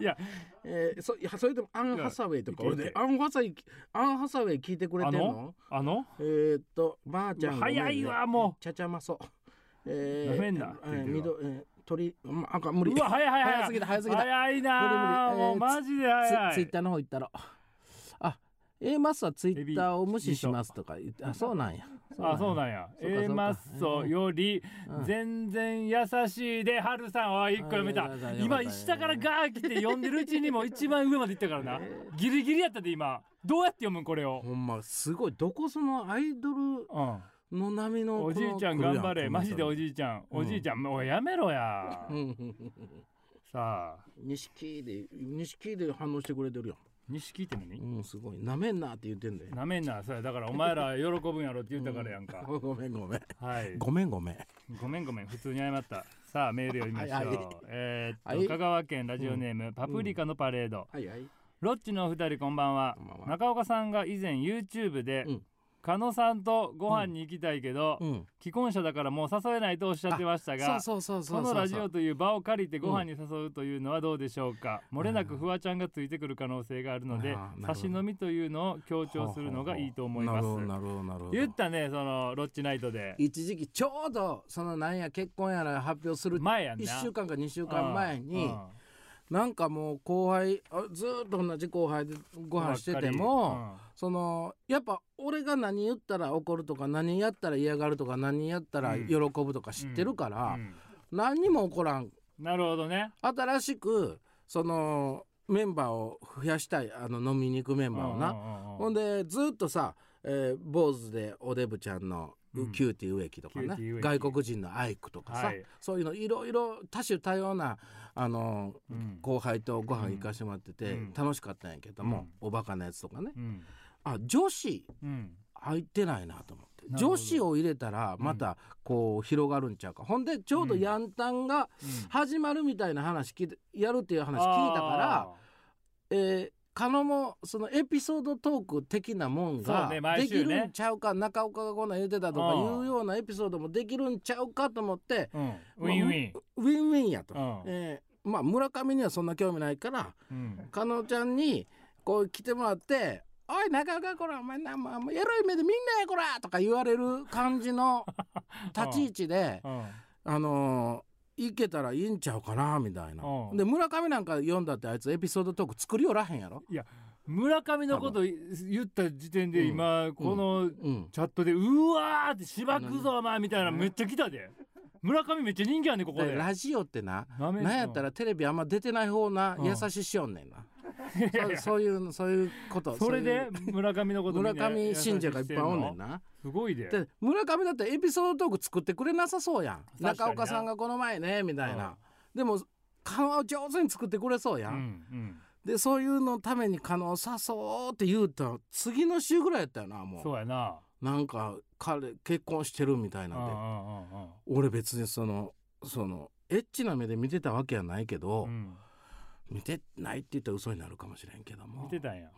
A: いや
B: えーそいやそれでもアン・ハサウェイとか
A: いや
B: 俺
A: いけ
B: で
A: いけ
B: アン・ハサウェイアン・ハサウェイ聞いてくれてんの
A: あの
B: えーっとばあちゃん
A: もう早いわも
B: うちゃちゃまそうえ
A: なめんな言っ
B: えー
A: てるわ
B: みどえー鳥まあかん無
A: う
B: 理
A: うわ早い早い
B: 早すぎた早すぎた
A: 早いなー
B: 無理無理えー
A: もうマジで早い
B: ツツイッターの方行ったらあ A マスはツイッターを無視しますとか言ってあそうなんや
A: あそう
B: や
A: なんや
B: そうかそうか
A: A マッソより
B: うん
A: 全然優しいでハルさんは一個読め
B: あ
A: た
B: よかった
A: 今
B: よかった
A: 下からガー来て読んでるうちにも一番上まで行ったからなギリギリやったで今どうやって読むんこれを
B: ほんますごいどこそのアイドル
A: うん
B: の波の
A: おじいちゃん頑張れマジでお
B: い
A: じいちゃん
B: うん
A: おじいちゃんもうやめろや
B: 錦
A: さあ
B: で錦で反応してくれてるや
A: 錦って何
B: んうんすごいなめんなって言ってんだよ
A: なめんなそれだからお前ら喜ぶんやろって言ったからやんか
B: ごめんごめん
A: はい
B: ごめんごめん
A: ごめんごめん普通に謝ったさあメール読みまし
B: はい
A: ょ
B: はいう
A: えーっ
B: は
A: と
B: い
A: 香川県ラジオネームパプリカのパレード
B: はいはい
A: ロッチのお二人こんばんは
B: こんばんは
A: 中岡さんが以前 YouTube で、
B: うん
A: 狩野さんとご飯に行きたいけど、
B: うん
A: 既婚者だからもう誘えないとおっしゃってましたが
B: そうそうそうそうそう
A: このラジオという場を借りてご飯に誘うというのはどうでしょうか、
B: ん
A: 漏れなくフワちゃんがついてくる可能性があるので
B: あーなるほ
A: 差
B: ど
A: し飲みというのを強調するのがいいと思います
B: なるほどなるほどなるほど
A: 言ったねそのロッチナイトで
B: 一時期ちょうどそのなんや結婚やら発表する
A: 前やんな
B: 1週間か2週
A: うん
B: 間前
A: う
B: に
A: ん
B: なんかもう後輩あずーっと同じ後輩でご飯しててもそのやっぱ俺が何言ったら怒るとか何やったら嫌がるとか何やったら喜ぶとか知ってる
A: ばっ
B: か
A: か
B: ら
A: りうん
B: 何にも怒らん
A: うんなるほどね
B: 新しくそのメンバーを増やしたいあの飲みに行くメンバーをなほん
A: で
B: でずっとさ、えー、坊主でおデブちゃんの
A: うん
B: キューティー植木とかね、
A: キューティー植木
B: 外国人のアイクとかさ、
A: はい
B: そういうのいろいろ多種多様な、あのー
A: うん
B: 後輩とご飯行かしてもらってて、
A: うん
B: 楽しかったんやけども、
A: うん
B: おバカなやつとかね
A: うん
B: あ女子
A: うん
B: 入ってないなと思って
A: なるほど
B: 女子を入れたらまたこう広がるんちゃうか、ほんでちょうどヤンタンが始まるみたいな話聞いてやるっていう話聞いたから。えー、狩野もそのエピソードトーク的なもん
A: そう
B: が
A: ね毎
B: でき
A: 週ね
B: るんちゃうか、中岡がこんなん言うてたとか
A: うん
B: いうようなエピソードもできるんちゃうかと思って
A: ら、うん、ウィンウィン
B: ウィンウィンやと、
A: うん
B: えーまあ村上にはそんな興味ないから
A: うん
B: 狩野ちゃんにこう来てもらって「おい中岡こらお前なまあもうエロい目でみんなやこら!」とか言われる感じ の立ち位置で、
A: うん
B: あのー、いけたらいいんちゃうかなみたいな。
A: うん
B: で村上なんか読んだってあいつエピソードトーク作りおらへんやろ
A: 村上のことい言った時点で今、この
B: うん
A: チャットで「うわ!」って「しばくぞお前」みたいな
B: うん
A: めっちゃ来たで村上めっちゃ人気あんねんここ
B: だか
A: で
B: らラジオってな
A: なめんな
B: なんやったらテレビあんま出てない方な
A: うん
B: 優しいしよんねんな、
A: いやい
B: そ
A: や
B: そういうそういうこと
A: それ
B: そう
A: で
B: いう
A: 村上のことみんな
B: 村上信者がいっぱいおんねん
A: な
B: な
A: すごいで
B: で村上だってエピソードトーク作ってくれなさそうや
A: 確
B: ん
A: かにな
B: 中岡さんがこの前ねみたいな、でも顔は上手に作ってくれそうや、
A: うんん
B: でそういうのために可能さそうって言うたら次の週ぐらいやったよな
A: うん
B: も
A: そうやな
B: うなんか彼結婚してるみたい
A: うん
B: な
A: うん
B: で
A: んうん
B: 俺別にそのそのエッチな目で見てたわけやないけど、
A: うん
B: 見てないって言ったら嘘になるかもしれんけども
A: 見てたんや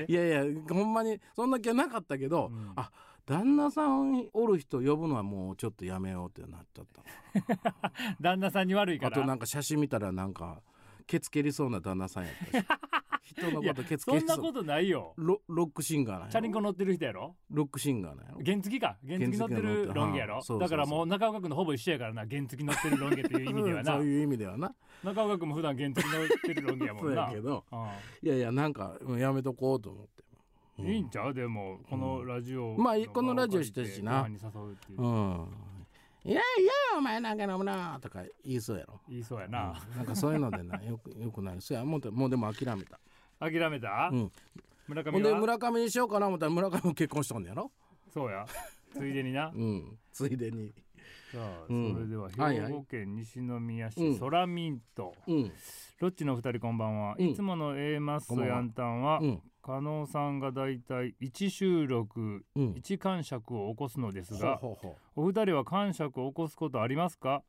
A: え
B: いやいやほんまにそんな気はなかったけど、
A: うん
B: あ旦那さんおる人呼ぶのはもうちょっとやめようってなっちゃった
A: 旦那さんに悪いか
B: あとな
A: ら
B: んか写真見たらなんかケツ蹴りそうな旦那さんやった し人のことケツ
A: そ
B: 蹴
A: ん
B: り
A: な
B: そ
A: こ
B: う
A: とないよ
B: ロロックシンガーなんや
A: チャリンコ乗ってる人やろ
B: ロックシンガーなんやろ
A: 原付か原付乗ってるロン毛やろ
B: 原付乗ってるはあそうそうそう
A: だからもう中岡君のほぼ一緒やからな原付乗ってるロン毛という意味ではな
B: そういう意味ではな
A: 中岡君も普段原付乗ってるロン毛やも
B: そ
A: ん
B: う
A: な
B: やけど
A: う
B: いやいやなんかうんやめとこうと思って、うん
A: いいんちゃうでもこのラジオ、
B: まあこのラジオしてるしな
A: ご飯に誘うっていう、
B: うんいやいやお前なんか飲むなとか言いそうやろ
A: 言いそうやな、
B: うんなんかそういうのでなよくよくないそうやもうてもうでも諦めた、
A: 諦めた、
B: うん、
A: 村
B: ほん
A: 上
B: で
A: が
B: 村上にしようかな思ったら村上も結婚しとんねやろ
A: そうやついでにな
B: うんついでに
A: さあ、
B: うん
A: それでは
B: はいはい
A: 兵庫県西宮
B: う
A: 市
B: ん
A: ソラミント、
B: うん
A: ロッチのお二人こんばんは、
B: うん
A: いつもの A マッソヤンタンは、
B: うん
A: 加納さんがだいたい1収録
B: うん
A: 1感触を起こすのです
B: ほう
A: が
B: ほうほ
A: お二人は感触を起こすことありますか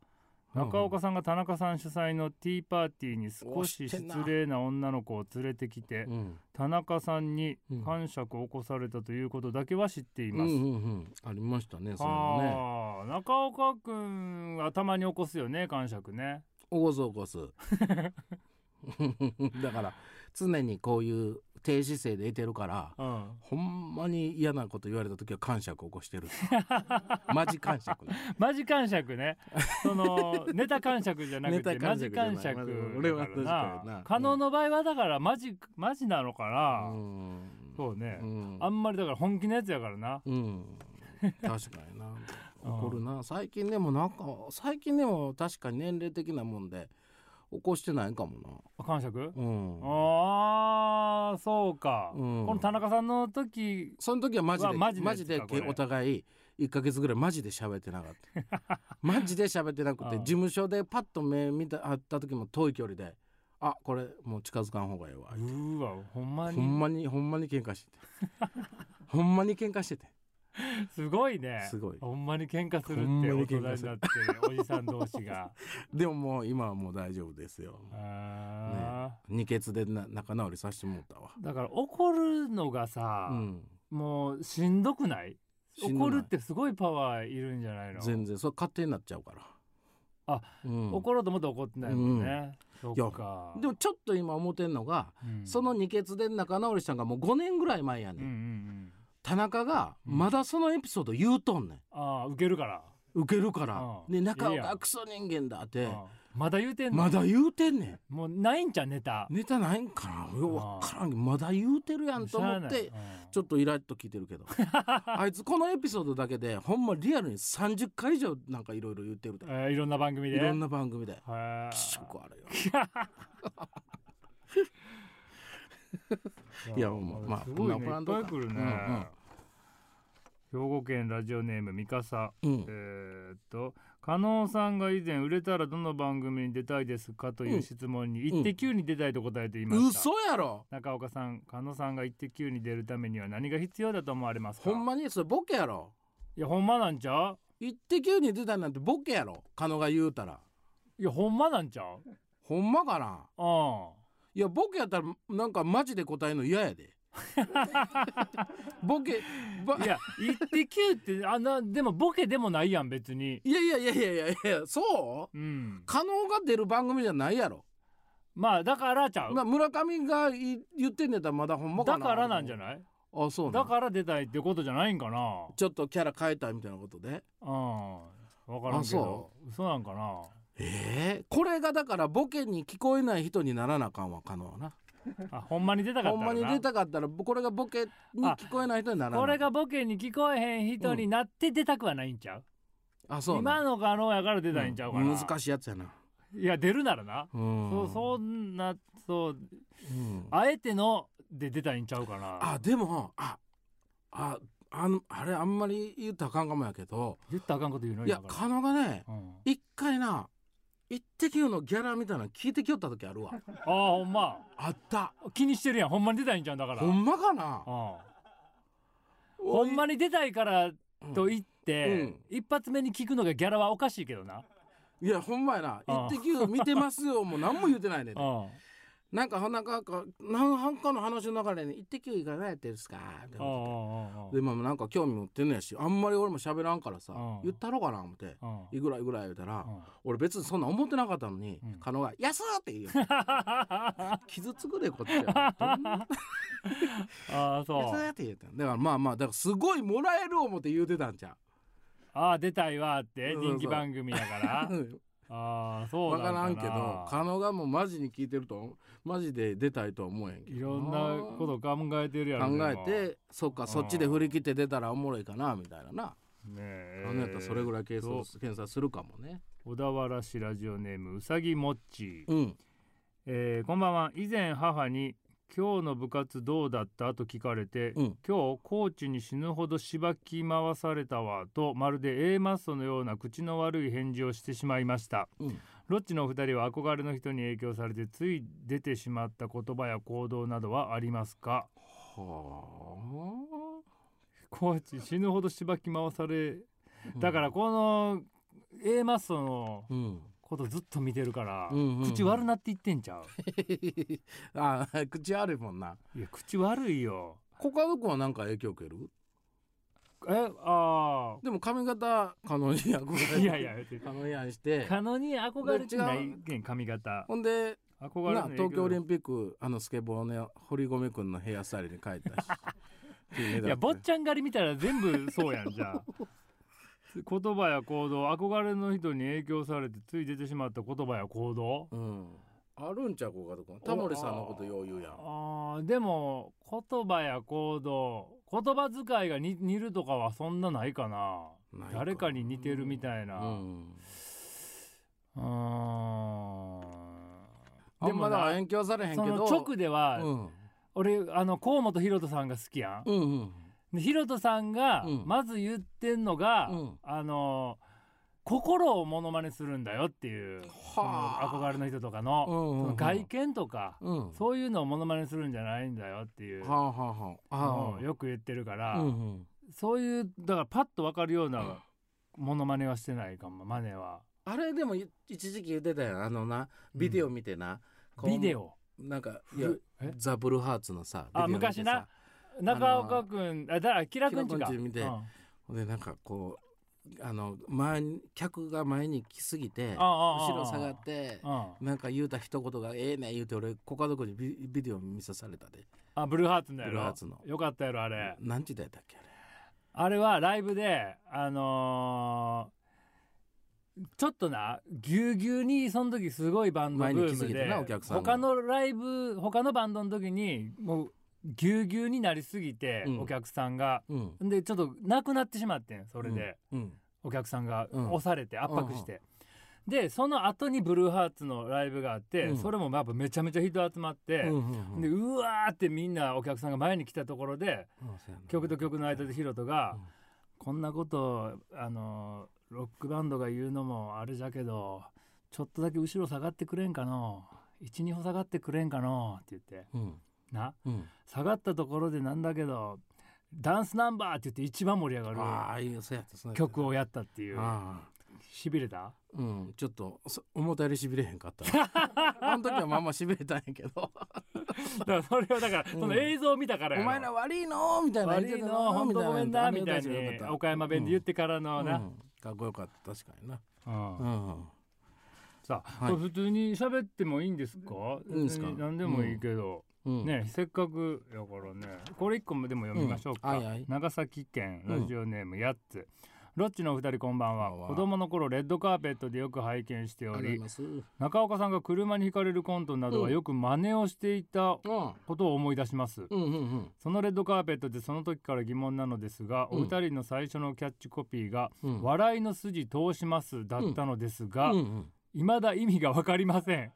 A: 中岡さんが田中さん主催のティーパーティーに少し失礼な女の子を連れてきて
B: うん
A: 田中さんに感触を起こされたということだけは知っています、
B: うんうんうんありましたねそれもね
A: ああ中岡くんはたまに起こすよね感触ね
B: 起こす起 こすだから常にこういう低姿勢でいてるから
A: うん
B: ほんまに嫌なこと言われた時は感触起こ してるマジ感触ね
A: マジ感触ねそ のネタ感触じゃなくて
B: ネタ
A: マ
B: 感
A: ジ
B: 触
A: 感
B: じゃ
A: 触
B: ない
A: だ
B: 俺は
A: から
B: 確かにな
A: 可能の場合はだからマジマジなのか
B: う
A: な、
B: ん
A: そうね
B: うん
A: あんまりだから本気のやつやからな
B: うん、確か にな怒るな最近でもなんか最近でも確かに年齢的なもんで起こしてないかも
A: 感触
B: なうん
A: ああそうか、
B: うん
A: この田中さんの時
B: その時はマジで
A: うわ
B: マ
A: マ
B: ジ
A: ジ
B: で
A: のやつかこれ
B: お互い1ヶ月ぐらいマジで喋ってなかった マジで喋ってなくて
A: うん
B: 事務所でパッと目見たあった時も遠い距離で「あこれもう近づかん方がええわ
A: う」ーわほんま
B: ほん
A: に
B: まにほんまに喧嘩 しててほんまに喧嘩してて
A: すごいね
B: すごい
A: ほんまに喧嘩する
B: ほ
A: っ
B: んま
A: て
B: に
A: 大
B: 喧
A: 人に
B: 嘩
A: なっ
B: す
A: て
B: る
A: るおじさん同士 が
B: でももう今はもう大丈夫ですよ
A: あ
B: 二血でな仲直りさせてもらったわ
A: ーだから怒るのがさ、
B: うん
A: もうしんどくない
B: しんどな
A: 怒
B: い
A: るってすごいパワーいるんじゃないの
B: 全然それ勝手になっちゃうから
A: あ、
B: うん、
A: 怒ろうと思って怒ってないもんね、そっか
B: でもちょっと今思ってんのが、
A: うん
B: その二血で仲直りしたんがもう5年ぐらい前や
A: う
B: ね、
A: んうんうん
B: 田中がまだそのエピソード言うとんねん
A: ああ受けるから、
B: 受けるから
A: ああ
B: で中
A: いいや
B: 岡
A: ん
B: クソ人間だって
A: ああまだ言うてんの、
B: まだ言うてんねん
A: もうないんじゃんネタ
B: ネタないんかなようわからんけどまだ言うてるやんと思っ
A: しゃあない
B: て
A: うん
B: ちょっとイラッと聞いて るけどあいつこのエピソードだけでほんまリアルに30回以上なんかいろいろ言ってるで
A: えーいろんな番組で
B: いろんな番組で
A: へー
B: 気色悪いわいやまあまあ
A: すごいね
B: まあ
A: いっぱい来るね、
B: うんうん
A: 兵庫県ラジオネームみかさ
B: う
A: え
B: ん
A: ーっと加納さんが以前売れたらどの番組に出たいですかという質問に「イッテ Q!」に出たいと答えていました、
B: 嘘やろ
A: 中岡さん加納さんが「イッテ Q!」に出るためには何が必要だと思われますか
B: ほんまにそれボケやろ
A: いやほんまなんちゃう
B: 一滴に出たなんてボケやろ狩野が言うたら
A: いやほんまなんちゃう
B: ほんまかな
A: あ
B: いやボケやったらなんかマジで答えの嫌やでボケば
A: あいや「イッテ Q!」ってあなでもボケでもないやん別に
B: いやいやいやいやいやいやそう
A: うん
B: 可能が出る番組じゃないやろ
A: まあだからちゃう
B: な村上がい言ってんねやったらまだほんまか
A: だ
B: な
A: からなんじゃない
B: あそうな
A: だから出たいってことじゃないんかな
B: ちょっとキャラ変えたみたいなことで
A: うん分からんけ
B: あ
A: ど
B: そ
A: 嘘なんかな
B: ええこれがだからボケに聞こえない人にならなあかんわ可能はな
A: あほんまに出たか
B: ほ
A: った
B: ん
A: らな
B: まに出たかったらこれがボケに聞こえない人にならなあかん
A: これがボケに聞こえへん人になって出たくはないんちゃう,、
B: あそう
A: 今
B: な
A: の可能やから出たいんちゃうかな、
B: ん難しいやつやな
A: しいや出るならな、
B: うん
A: そうそんなそう
B: うん
A: あえてので出たいんちゃうかな
B: あでもあああのあれあんまり言ったらあかんかもやけど
A: 言ったらあかんこと言うの
B: いや
A: 今か
B: 狩野がね
A: らうん、
B: 一回な「イッテ Q!」のギャラみたいなの聞いてきよった時あ るわ
A: あほんま
B: あった
A: 気にしてるやんほんまに出たいんちゃうんだから
B: ほんまかな
A: うんほんまに出たいからと言って、一発目に聞くのがギャラはおかしいけどな。
B: いやほんまやな「イ
A: あ
B: ッテ Q!」見てますよもう何も言うてないねん
A: うん。
B: なんかなんかなんかの話の流れに「イッテ Q! いかがやってるんですか?」って
A: うんうんうんう
B: で
A: ん
B: まあなんか興味持ってんのやしあんまり俺も喋らんからさ
A: うん
B: 言ったろかな思って
A: うん
B: 「いくらいくら」言うたら
A: うん
B: 俺別にそんな思ってなかったのに、
A: うん
B: 狩野が「安っ!」って 言うよ傷つくでこっちはどんな
A: ああそ
B: 安っ
A: う。
B: って言うただからまあまあだからすごいもらえる思って言うてたんじゃ
A: ああ出たいわって
B: そうそうそう
A: 人気番組やから。
B: ん
A: ああそう
B: 分
A: な
B: か
A: ん
B: らんけ
A: か
B: ど
A: な。
B: 狩野がもうマジに聞いてるとマジで出たいとは思えんけど
A: いろんなこと考えてるやろ。
B: 考え
A: で
B: てそっかそっちで振り切って出たらおもろいかなみたいなな
A: も。ねえ。
B: あのやったらそれぐらい検
A: そう
B: 査検査するかもね
A: 小田原市ラジオネームうさぎもっち。
B: うん
A: えーこんばんは。以前母に今日の部活どうだったと聞かれて
B: うん
A: 今日コーチに死ぬほどしばき回されたわとまるで A マッソのような口の悪い返事をしてしまいました
B: うん
A: ロッチのお二人は憧れの人に影響されてつい出てしまった言葉や行動などはありますか
B: は
A: コーチ死ぬほどしばき回され
B: あ
A: だからこの A マッソの
B: うん
A: ことずっと見てるから、
B: うんうんうん
A: 口悪なって言ってんちゃう
B: あー口悪いもんない
A: や口悪いよ
B: コカド君は何か影響受ける
A: えあ
B: でも髪型可能に憧れ
A: あ
B: て
A: いやいや
B: 可能にして
A: カノに憧れてないけん髪型
B: ほんで
A: 憧れ
B: な
A: ない
B: 東京オリ
A: ン
B: ンピックあのスケボーの堀米君のヘアスタイルに変えたし金メダル
A: いや坊ちゃん狩り見たら全部そうやんじゃあ言葉や行動憧れの人に影響されてつい出てしまった言葉や行動
B: うんあるんちゃうコカド君タモリさんのことよう言うやん
A: あーでも言葉や行動言葉遣いがに似るとかはそんなないかな
B: ないか
A: 誰かに似てるみたいな、
B: うん
A: うーん
B: あんまだから
A: な
B: 勉強されへんけ
A: その
B: ど
A: 直では、
B: うん
A: 俺あの河本ロ人さんが好きやん。
B: うんうん
A: でヒロトさんが
B: うん
A: まず言ってんのが、
B: うん
A: あの心をモノマネするんだよっていうその
B: はあ
A: 憧れの人とかの,、
B: うんうんうん
A: その外見とか、
B: うん
A: そういうのをモノマネするんじゃないんだよっていう
B: はあはあはあは
A: う
B: あ
A: んよく言ってるから、
B: うんうん
A: そういうだからパッと分かるようなモノマネはしてないかもマネは。
B: あれでもい一時期言ってたやんあのなビデオ見てな、こう
A: ビデオ
B: なんかいや
A: え
B: ザ・ブルーハーツのさ
A: あ
B: ビデオ見
A: 昔
B: てさ
A: な中岡君あだからキラ君ち
B: キラ
A: か
B: くんち見て
A: うん
B: でなんかこうあの前に客が前に来すぎて
A: ああああ
B: 後ろ下がって
A: うん
B: なんか言うた一言が「ええね」言うて俺コカド君にビビデオ見さされたで
A: あブルーハーツのやろ
B: ブルーハーツの
A: よかったやろあれ、
B: 何時代だっけあれ
A: あれはライブであのーちょっとなぎゅうぎゅうにその時すごいバンド
B: 前
A: ブ
B: に来
A: ー
B: す
A: ム
B: ぎ
A: で
B: てなお客さんが
A: 他のライブ他のバンドの時にもうぎゅうぎゅうになりすぎて、
B: うん
A: お客さんが
B: うん
A: でちょっとなくなってしまってんそれで、
B: うん
A: お客さんが
B: うん
A: 押されて圧迫して、でその後にブルーハーツのライブがあって、
B: うん
A: それもやっぱめちゃめちゃ人集まって、
B: うんうんうん
A: でうわーってみんなお客さんが前に来たところで
B: うんそうやな
A: 曲と曲の間でヒロトが、
B: うん
A: こんなことあのロックバンドが言うのもあれじゃけどちょっとだけ後ろ下がってくれんかの12歩下がってくれんかのって言って
B: うん
A: な
B: うん
A: 下がったところでなんだけどダンスナンバーって言って一番盛り上
B: あ
A: が
B: あいいそうやったそ
A: る
B: うやった
A: 曲をやったっていう
B: ああ
A: しびれた
B: うんちょっとそ思ったよりしびれへんかったあの時はまあまあしびれたんやけど
A: だからそれはだから、その映像を見たからや
B: お
A: ろ
B: 前ら悪いのーみたいな
A: 悪いの本当ごめんなみたいに岡山弁で言ってから
B: た
A: の
B: な
A: な、
B: かっこよかった確かにな
A: うん
B: うん
A: さあ、
B: はい
A: これ普通に喋ってもいいんですか
B: いいんですか
A: 別に何でもいいけど、
B: うん
A: ねせっかくやからねこれ一個もでも読みましょうか、
B: うんはいはい
A: 長崎県ラジオネームやっつ、ロッチのお二人こんばんは
B: こんばんは
A: 子供の頃レッドカーペットでよく拝見して
B: あ
A: お
B: りがとうござい
A: り
B: ますうん
A: 中岡さんが車にひかれるコントなどはよく真似をしていたことを思い出します、
B: うんうんうん
A: そのレッドカーペットでその時から疑問なのですが、
B: う
A: お
B: ん
A: 二人の最初のキャッチコピーが「
B: うん
A: 笑いの筋通します」だったのですが、
B: うんうん
A: 未だ意味が分かりません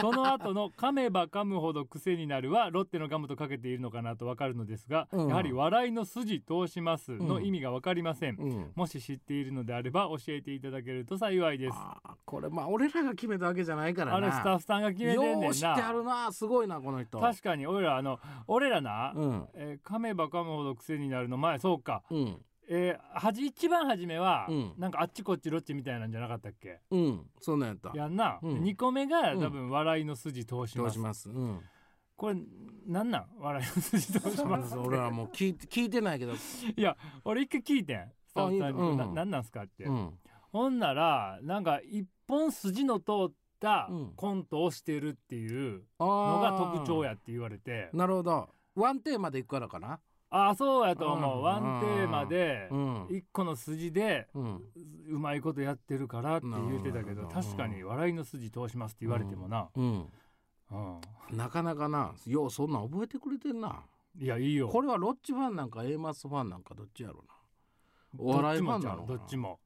A: その後の「噛めば噛むほど癖になる」はロッテのガムとかけているのかなと分かるのですが、
B: うん
A: やはり「笑いの筋通します」の意味が分かりません、
B: うん
A: もし知っているのであれば教えていただけると幸いですあ
B: あーこれまあ俺らが決めたわけじゃないからな
A: れスタッフさんが決めてんねん
B: よ
A: な
B: う知ってあるなすごいなこの人
A: 確かに俺らあの俺らな、
B: うん
A: えー噛めば噛むほど癖になる」の前そうか
B: うん
A: えー、はじ一番初めは、
B: うん
A: なんかあっちこっちロッチみたいなんじゃなかったっけ
B: うんそんなんやった
A: やんな、
B: うん
A: 二個目が
B: うん
A: 多分笑いの筋通し
B: ど
A: ま
B: う
A: す,、
B: しま すうん
A: これなんなん笑いの筋通します
B: 俺はもう聞いて聞いてないけど
A: いや俺一回聞いてんスタッフさんに、
B: あいいのうん
A: ななんなんすかって、
B: うん
A: ほんならなんか一本筋の通った
B: うん
A: コントをしてるっていう
B: あ
A: のが
B: ー
A: 特徴やって言われて、
B: なるほどワンテーマでいくからかな
A: ああそうやと思う、
B: うん
A: ワンテーマで
B: うん
A: 一個の筋で
B: うん
A: うまいことやってるからって言ってたけど
B: なるほど
A: 確かに笑いの筋通しますって言われてもな、
B: うん
A: うん
B: なかなかなようそんなん覚えてくれてんない
A: やいいよ
B: これはロッチファンなんか A マスファンなんかどっちやろ
A: ど
B: お
A: っ
B: 笑い
A: ち
B: ファ
A: も
B: ン
A: じゃ
B: なの
A: ん
B: か
A: ど
B: な
A: っちも、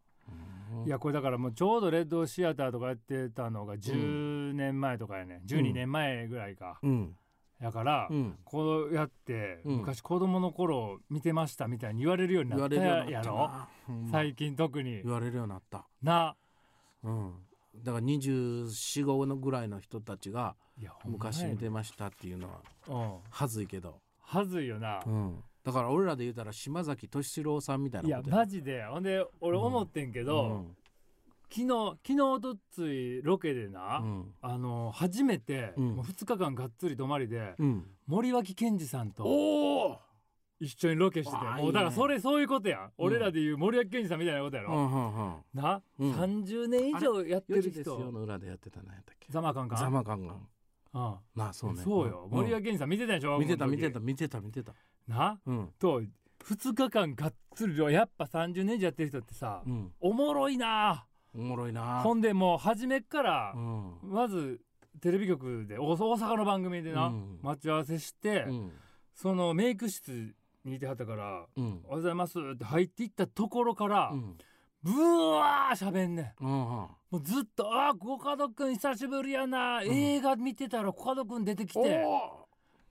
B: うない
A: やこれだからもうちょうどレッドシアターとかやってたのが10年前とかやね12年前ぐらいか、
B: うん
A: やから、
B: うん
A: こうやって
B: うん
A: 昔子供の頃見てましたみたいに言われるように
B: 言
A: な
B: わ
A: った
B: れるようにな
A: や
B: った
A: ろ
B: なほんま
A: 最近特に
B: 言われるようになった
A: な
B: うんだから245のぐらいの人たちが
A: いやほんまや
B: 昔見てましたっていうのは
A: うん
B: はずいけど
A: はずいよな、
B: うんだから俺らで言うたら島崎敏郎さんみたい
A: いや
B: なこと
A: マジでほんで俺思ってんけど、
B: うん
A: 昨昨日昨日おとついロケでな、
B: うん
A: あの初めて、
B: うん
A: もう2日間がっつり泊まりで、
B: うん、
A: 森脇健児さんと
B: おお、
A: 一緒にロケして
B: わあ
A: もうだから
B: いいね
A: それそういうことやん、俺らで言う森脇健児さんみたいなことや
B: うんう
A: ろ、
B: んうん、
A: な、
B: うん
A: 30年以上やってる
B: 四時ですよ
A: 人
B: の裏でやってたなんやったっけ
A: ざまあかんか
B: ざまガンガン
A: うん
B: なあそうね
A: そうよ、
B: ん
A: 森脇健児さん見てたでしょ
B: 見てた
A: 小
B: 見
A: 学校
B: て
A: の時
B: た見てた見てた
A: な
B: うん
A: と2日間がっつりやっぱ30年以上やってる人ってさ、
B: うん
A: おもろいな
B: おもろい
A: あ
B: な
A: ほんでもう初めっから
B: う、ん
A: まずテレビ局で大大阪の番組でな、
B: うん
A: 待ち合わせして、
B: うん
A: そのメイク室にいてはったから
B: う
A: 「
B: ん
A: おはようございます」って入っていったところから、
B: うん
A: ブワーしゃべんねん
B: うんうん
A: もうずっと「あーコカド君久しぶりやな、映画見てたらコカド君出てきて
B: お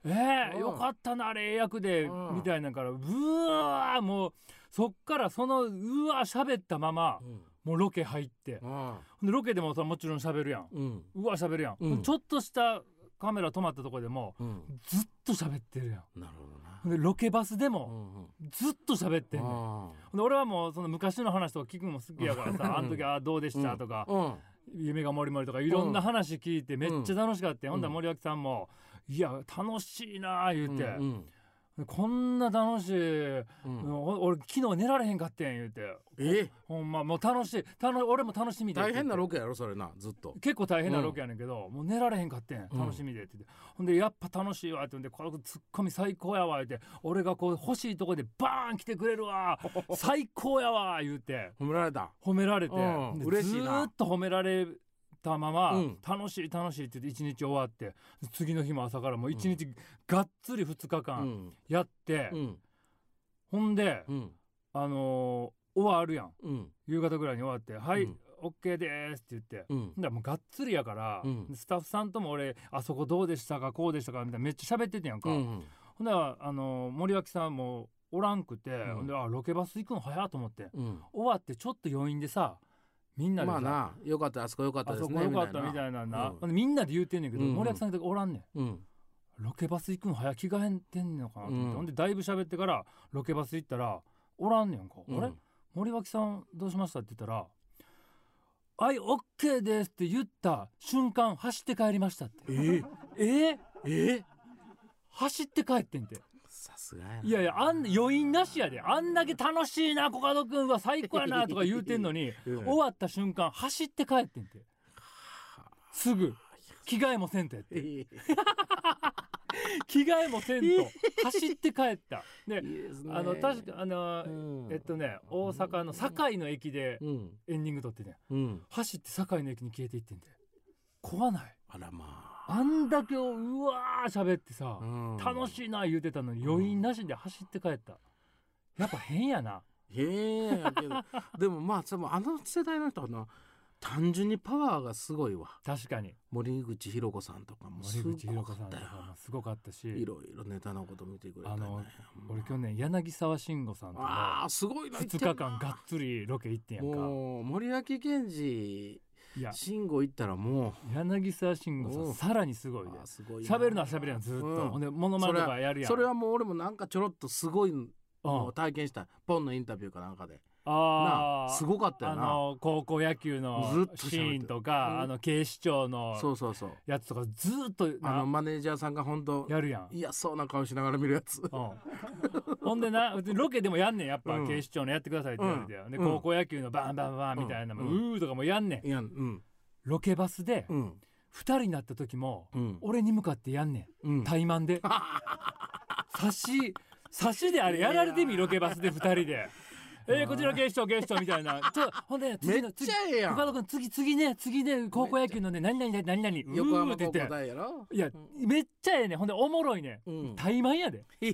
A: ええ
B: うん
A: よかったなあれええ役で」
B: うん
A: みたいなんからブワーもうそっからそのうわーしゃべったまま
B: ー
A: もうロケ入って
B: うん
A: でロケでもさもちろんしゃべるやん。
B: うん
A: うわ喋るやん、
B: うん
A: ちょっとしたカメラ止まったとこでも
B: うん
A: ずっと喋ってるやん
B: なるほどな
A: ほんでロケバスで
B: う
A: も
B: んうん
A: ずっと喋ってんねん
B: あ
A: ほんで俺はもうその昔の話とか聞くのも好きやから
B: うん
A: さあの時ああどうでしたとか、
B: ーうん
A: 夢がもりもりとかいろんな話聞いてめっちゃ楽しかった、
B: うん
A: ほんだら森脇さんも「いや楽しいな」言うて、
B: うん
A: こんな楽しい、
B: うんうん
A: お俺昨日寝られへんかってん」言うて
B: え
A: 「ほんまもう楽しい楽俺も楽しみで」
B: 大変なロケやろそれなずっと
A: 結構大変なロケやねんけど、もう寝られへんかってん
B: うん
A: 楽しみでって言って、ほんでやっぱ楽しいわって言うんでこのツッコミ最高やわ言って俺がこう欲しいとこでバーン来てくれる わ最高やわ言うて
B: 褒められた
A: 褒められて、
B: うん
A: で
B: 嬉しいな
A: ずーっと褒められたまま、
B: うん
A: 楽しい楽しいって言って一日終わって次の日も朝からもう一日がっつり2日
B: う
A: 間
B: ん
A: やって、
B: うん
A: ほんで、
B: うん
A: あのー終わるやん
B: うん
A: 夕方ぐらいに終わって「はい、
B: うん
A: オッケーでーす」って言って。
B: うん
A: だからもうがっつりやから、
B: うん
A: スタッフさんとも俺あそこどうでしたかこうでしたかみたいなめっちゃ喋っててんやんか、
B: うん
A: ほんならあの森脇さんもおらんくて、
B: ん
A: ほんであロケバス行くの早っと思って
B: うん
A: 終わってちょっと余韻でさみんなで
B: ま
A: さ、
B: あなよかったあそこよかった
A: あ
B: で
A: そ
B: す
A: こ
B: ね
A: よかったみたいなな、
B: うん
A: みんなで言うてんねんけど、
B: うんうん
A: 森脇さんがおらんねん
B: うん
A: ロケバス行くの早着替えてんのかなと思って、
B: うん
A: ほんでだいぶ喋ってからロケバス行ったらおらんねんか、あれ森脇さんどうしましたって言ったら「はいオッケーです」って言った瞬間走って帰りましたって
B: え
A: えー、
B: え
A: 走って帰ってんて
B: さすがや
A: いやいやあん余韻なしやであんだけ楽しいなコカド君は最高やなとか言うてんのに
B: うん
A: 終わった瞬間走って帰ってんてすぐ着替えもせんとやって着替えもせんと走って帰ったであの確かあのえっとね大阪の堺の駅で
B: うん
A: エンディング撮ってね
B: うん
A: 走って堺の駅に消えていってんで怖ない
B: あらま
A: あんだけうわー喋ってさ
B: あ、うん
A: 楽しいな言うてたのに余韻なしで走って帰ったやっぱ変やな
B: へえやけど でもまあそのあの世代の人はな単純にパワーがすごいわ
A: 確かに
B: 森口博子さんとかもす
A: 森
B: ご
A: 口博子
B: か
A: さ
B: っ
A: ん
B: た
A: と
B: よ
A: かもすごかったし
B: いろいろネタのこと見てくれたね
A: あの
B: うん
A: 俺去年柳沢慎吾さんと
B: あ
A: の
B: ーすごいな
A: 2日間がっつりロケ行ってんやんか
B: もう森脇健児
A: いや
B: 慎吾行ったらも
A: 柳沢慎吾
B: おう
A: さんさらにす
B: う
A: ごい
B: あ
A: で
B: ーすごいな
A: 喋るのは喋るやんずっと、
B: うん
A: ほんでモノマネとかやるやん
B: それはもう俺もなんかちょろっとすごいの
A: う
B: を
A: ん
B: 体験したポンのインタビューかなんかでな
A: あ
B: あ
A: ー
B: すごかったよ
A: あ
B: な
A: の高校野球
B: ずっ
A: の
B: と喋って
A: シーンと
B: うん
A: かあの警視庁の
B: そうそうそう
A: やつとかずっと
B: あ
A: な
B: のマネージャーさんが本当
A: やるやん。
B: 嫌そうな顔しながら見るやつ
A: うんほんでな別にロケでもやんねんやっぱ、
B: うん
A: 警視庁のやってくださいって言われてよ、
B: うん
A: で
B: うん
A: 高校野球のバンバンバンみたいなのも、
B: う
A: うんうーとかもやんねん
B: いやうん
A: ロケバスで
B: うん
A: 2人になった時も、
B: うん
A: 俺に向かってやんね
B: うんん
A: 怠慢 で差し差しであれやられてみロケバスで2人で。えー、こちら警視庁警視庁みたいなちょほんで
B: め
A: 次の
B: っち
A: 次
B: ゃええや
A: 岡
B: ん
A: 田君次次ね次ね高校野球のね何々何々何々
B: 横
A: うー
B: 浜
A: って言
B: 高校
A: って
B: 大やろ
A: いやめっちゃええねんほんでおもろいね
B: うんん
A: 怠慢やで
B: え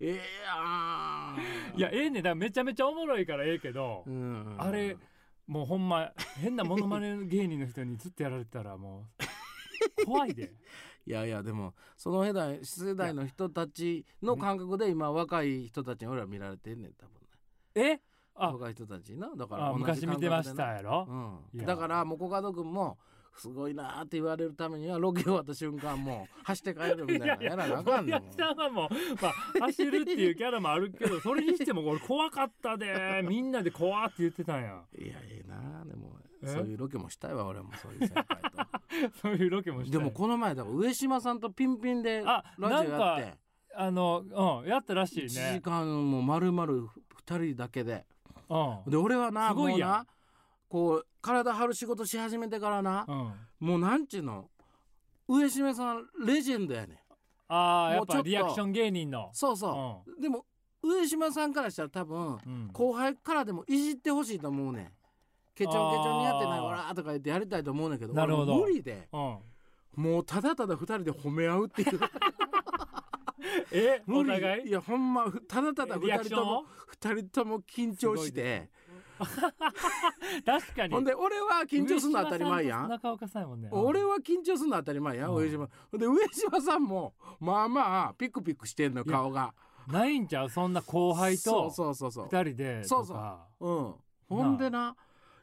B: えやん
A: いやええねんだからめちゃめちゃおもろいからええけど、
B: うん
A: あれもうほんま変なモノマネ芸人の人にずっとやられてたらもう怖い で
B: いやいやでもその世代世代の人たちの感覚で今若い人たちに俺ら見られてんねん多分ね
A: えあ
B: 若い人たちなだか
A: あ
B: ら同じ
A: 昔見てまし
B: 感覚でな
A: たやろ、
B: う
A: い
B: ん、
A: や
B: だからもうコカド君もすごいなーって言われるためにはロケ終わった瞬間も う走って帰るみたいなのやらなあかん
A: 森
B: ねん
A: 脇さんはもう、まあ、走るっていうキ ャラもあるけどそれにしても俺怖かったでみんなで怖って言ってたんや
B: いやええな
A: え
B: そういうロケもしたいわ俺もそういう先輩と
A: そういうロケもして
B: でもこの前だから上島さんとピンピンでラ
A: あ
B: ジオやっ
A: なん
B: て
A: あのうんやったらしい
B: 1時
A: ね
B: 間もまるまる2人だけで
A: うん
B: で俺はな
A: すごい
B: もう
A: やん
B: なこう体張る仕事し始めてからな、
A: うん
B: もうなんちゅうの上島さんレジェンドやねん
A: ああや
B: も
A: っ
B: うちょっ
A: ぱ
B: と
A: リアクション芸人の
B: そうそう、でも上島さんからしたら多分
A: うん
B: 後輩からでもいじってほしいと思うねんケチョンケチョンにやってな
A: あー
B: いわらーとか言ってやりたいと思うねんけど
A: なるほど
B: 俺も無理で
A: うん
B: もうただただ二人で褒め合うっていう
A: え お
B: 無理
A: 互い
B: やほんまただただ
A: リア
B: 二
A: クシ
B: 人
A: ョ
B: と
A: ンを
B: も二人とも緊張
A: すごい
B: して
A: 確かに
B: ほんで俺は緊張するの当たり前や
A: 上島さ
B: ん
A: と中岡さんやもんね
B: 俺は緊張するの当たり前やん、
A: うん
B: 上島ほんで上島さんもまあまあピクピクしてんの顔が
A: ないんちゃうそんな後輩と
B: そうそうそうそう
A: 二人で
B: そ
A: と
B: うそう
A: か
B: うん、ほんでな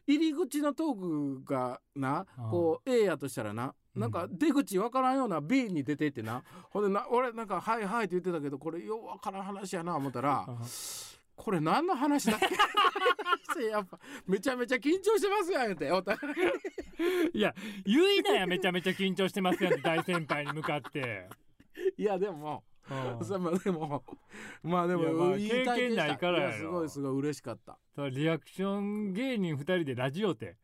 B: 入り口のトークがな
A: うん
B: こう A やとしたらな
A: うん
B: なんか出口わからんような B に出てってなほんでな俺なんか「はいはい」って言ってたけどこれようわからん話やな思ったら
A: うん
B: 「これ何の話 だっけ? 」やっぱめちゃめちゃ緊張してますやん言うてお互い
A: いやゆいなやめちゃめちゃ緊張してますやんって大先輩に向かって
B: いやでも
A: うん
B: さまあでもまあで
A: いやま
B: も
A: あ
B: いい体験した
A: 経験ないからやろ
B: いやすごいすごい嬉しかった
A: そうリアクション芸人二人でラジオって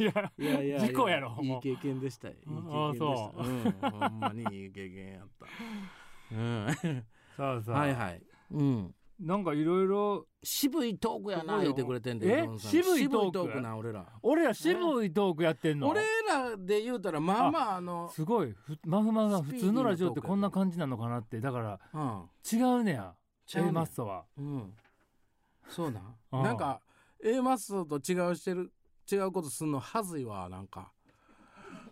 A: いや
B: いやいやい
A: 事故やろもう
B: いい経験でしたいい経験で
A: あ
B: した うんほんまにいい経験やったうん
A: そうそう、
B: はいはい。うん。
A: なんかいろいろ
B: 渋いトークや
A: ど
B: な
A: こよ
B: 言ってくれてんで。
A: え
B: うどんさん
A: 渋いトーク
B: 渋いトークな俺ら。
A: 俺ら渋いトークやってんの
B: 俺らで言うたらまあまああの、
A: すごいふまふまさん
B: スピ
A: 普
B: ーディー
A: 通
B: な
A: のラジオってこんな感じなのかなってだから
B: うん。
A: 違うねや
B: うねん
A: A マッソは
B: うん。そうなん。
A: うん
B: なんか A マッソと違うしてる違うことすんのはずいわなんか。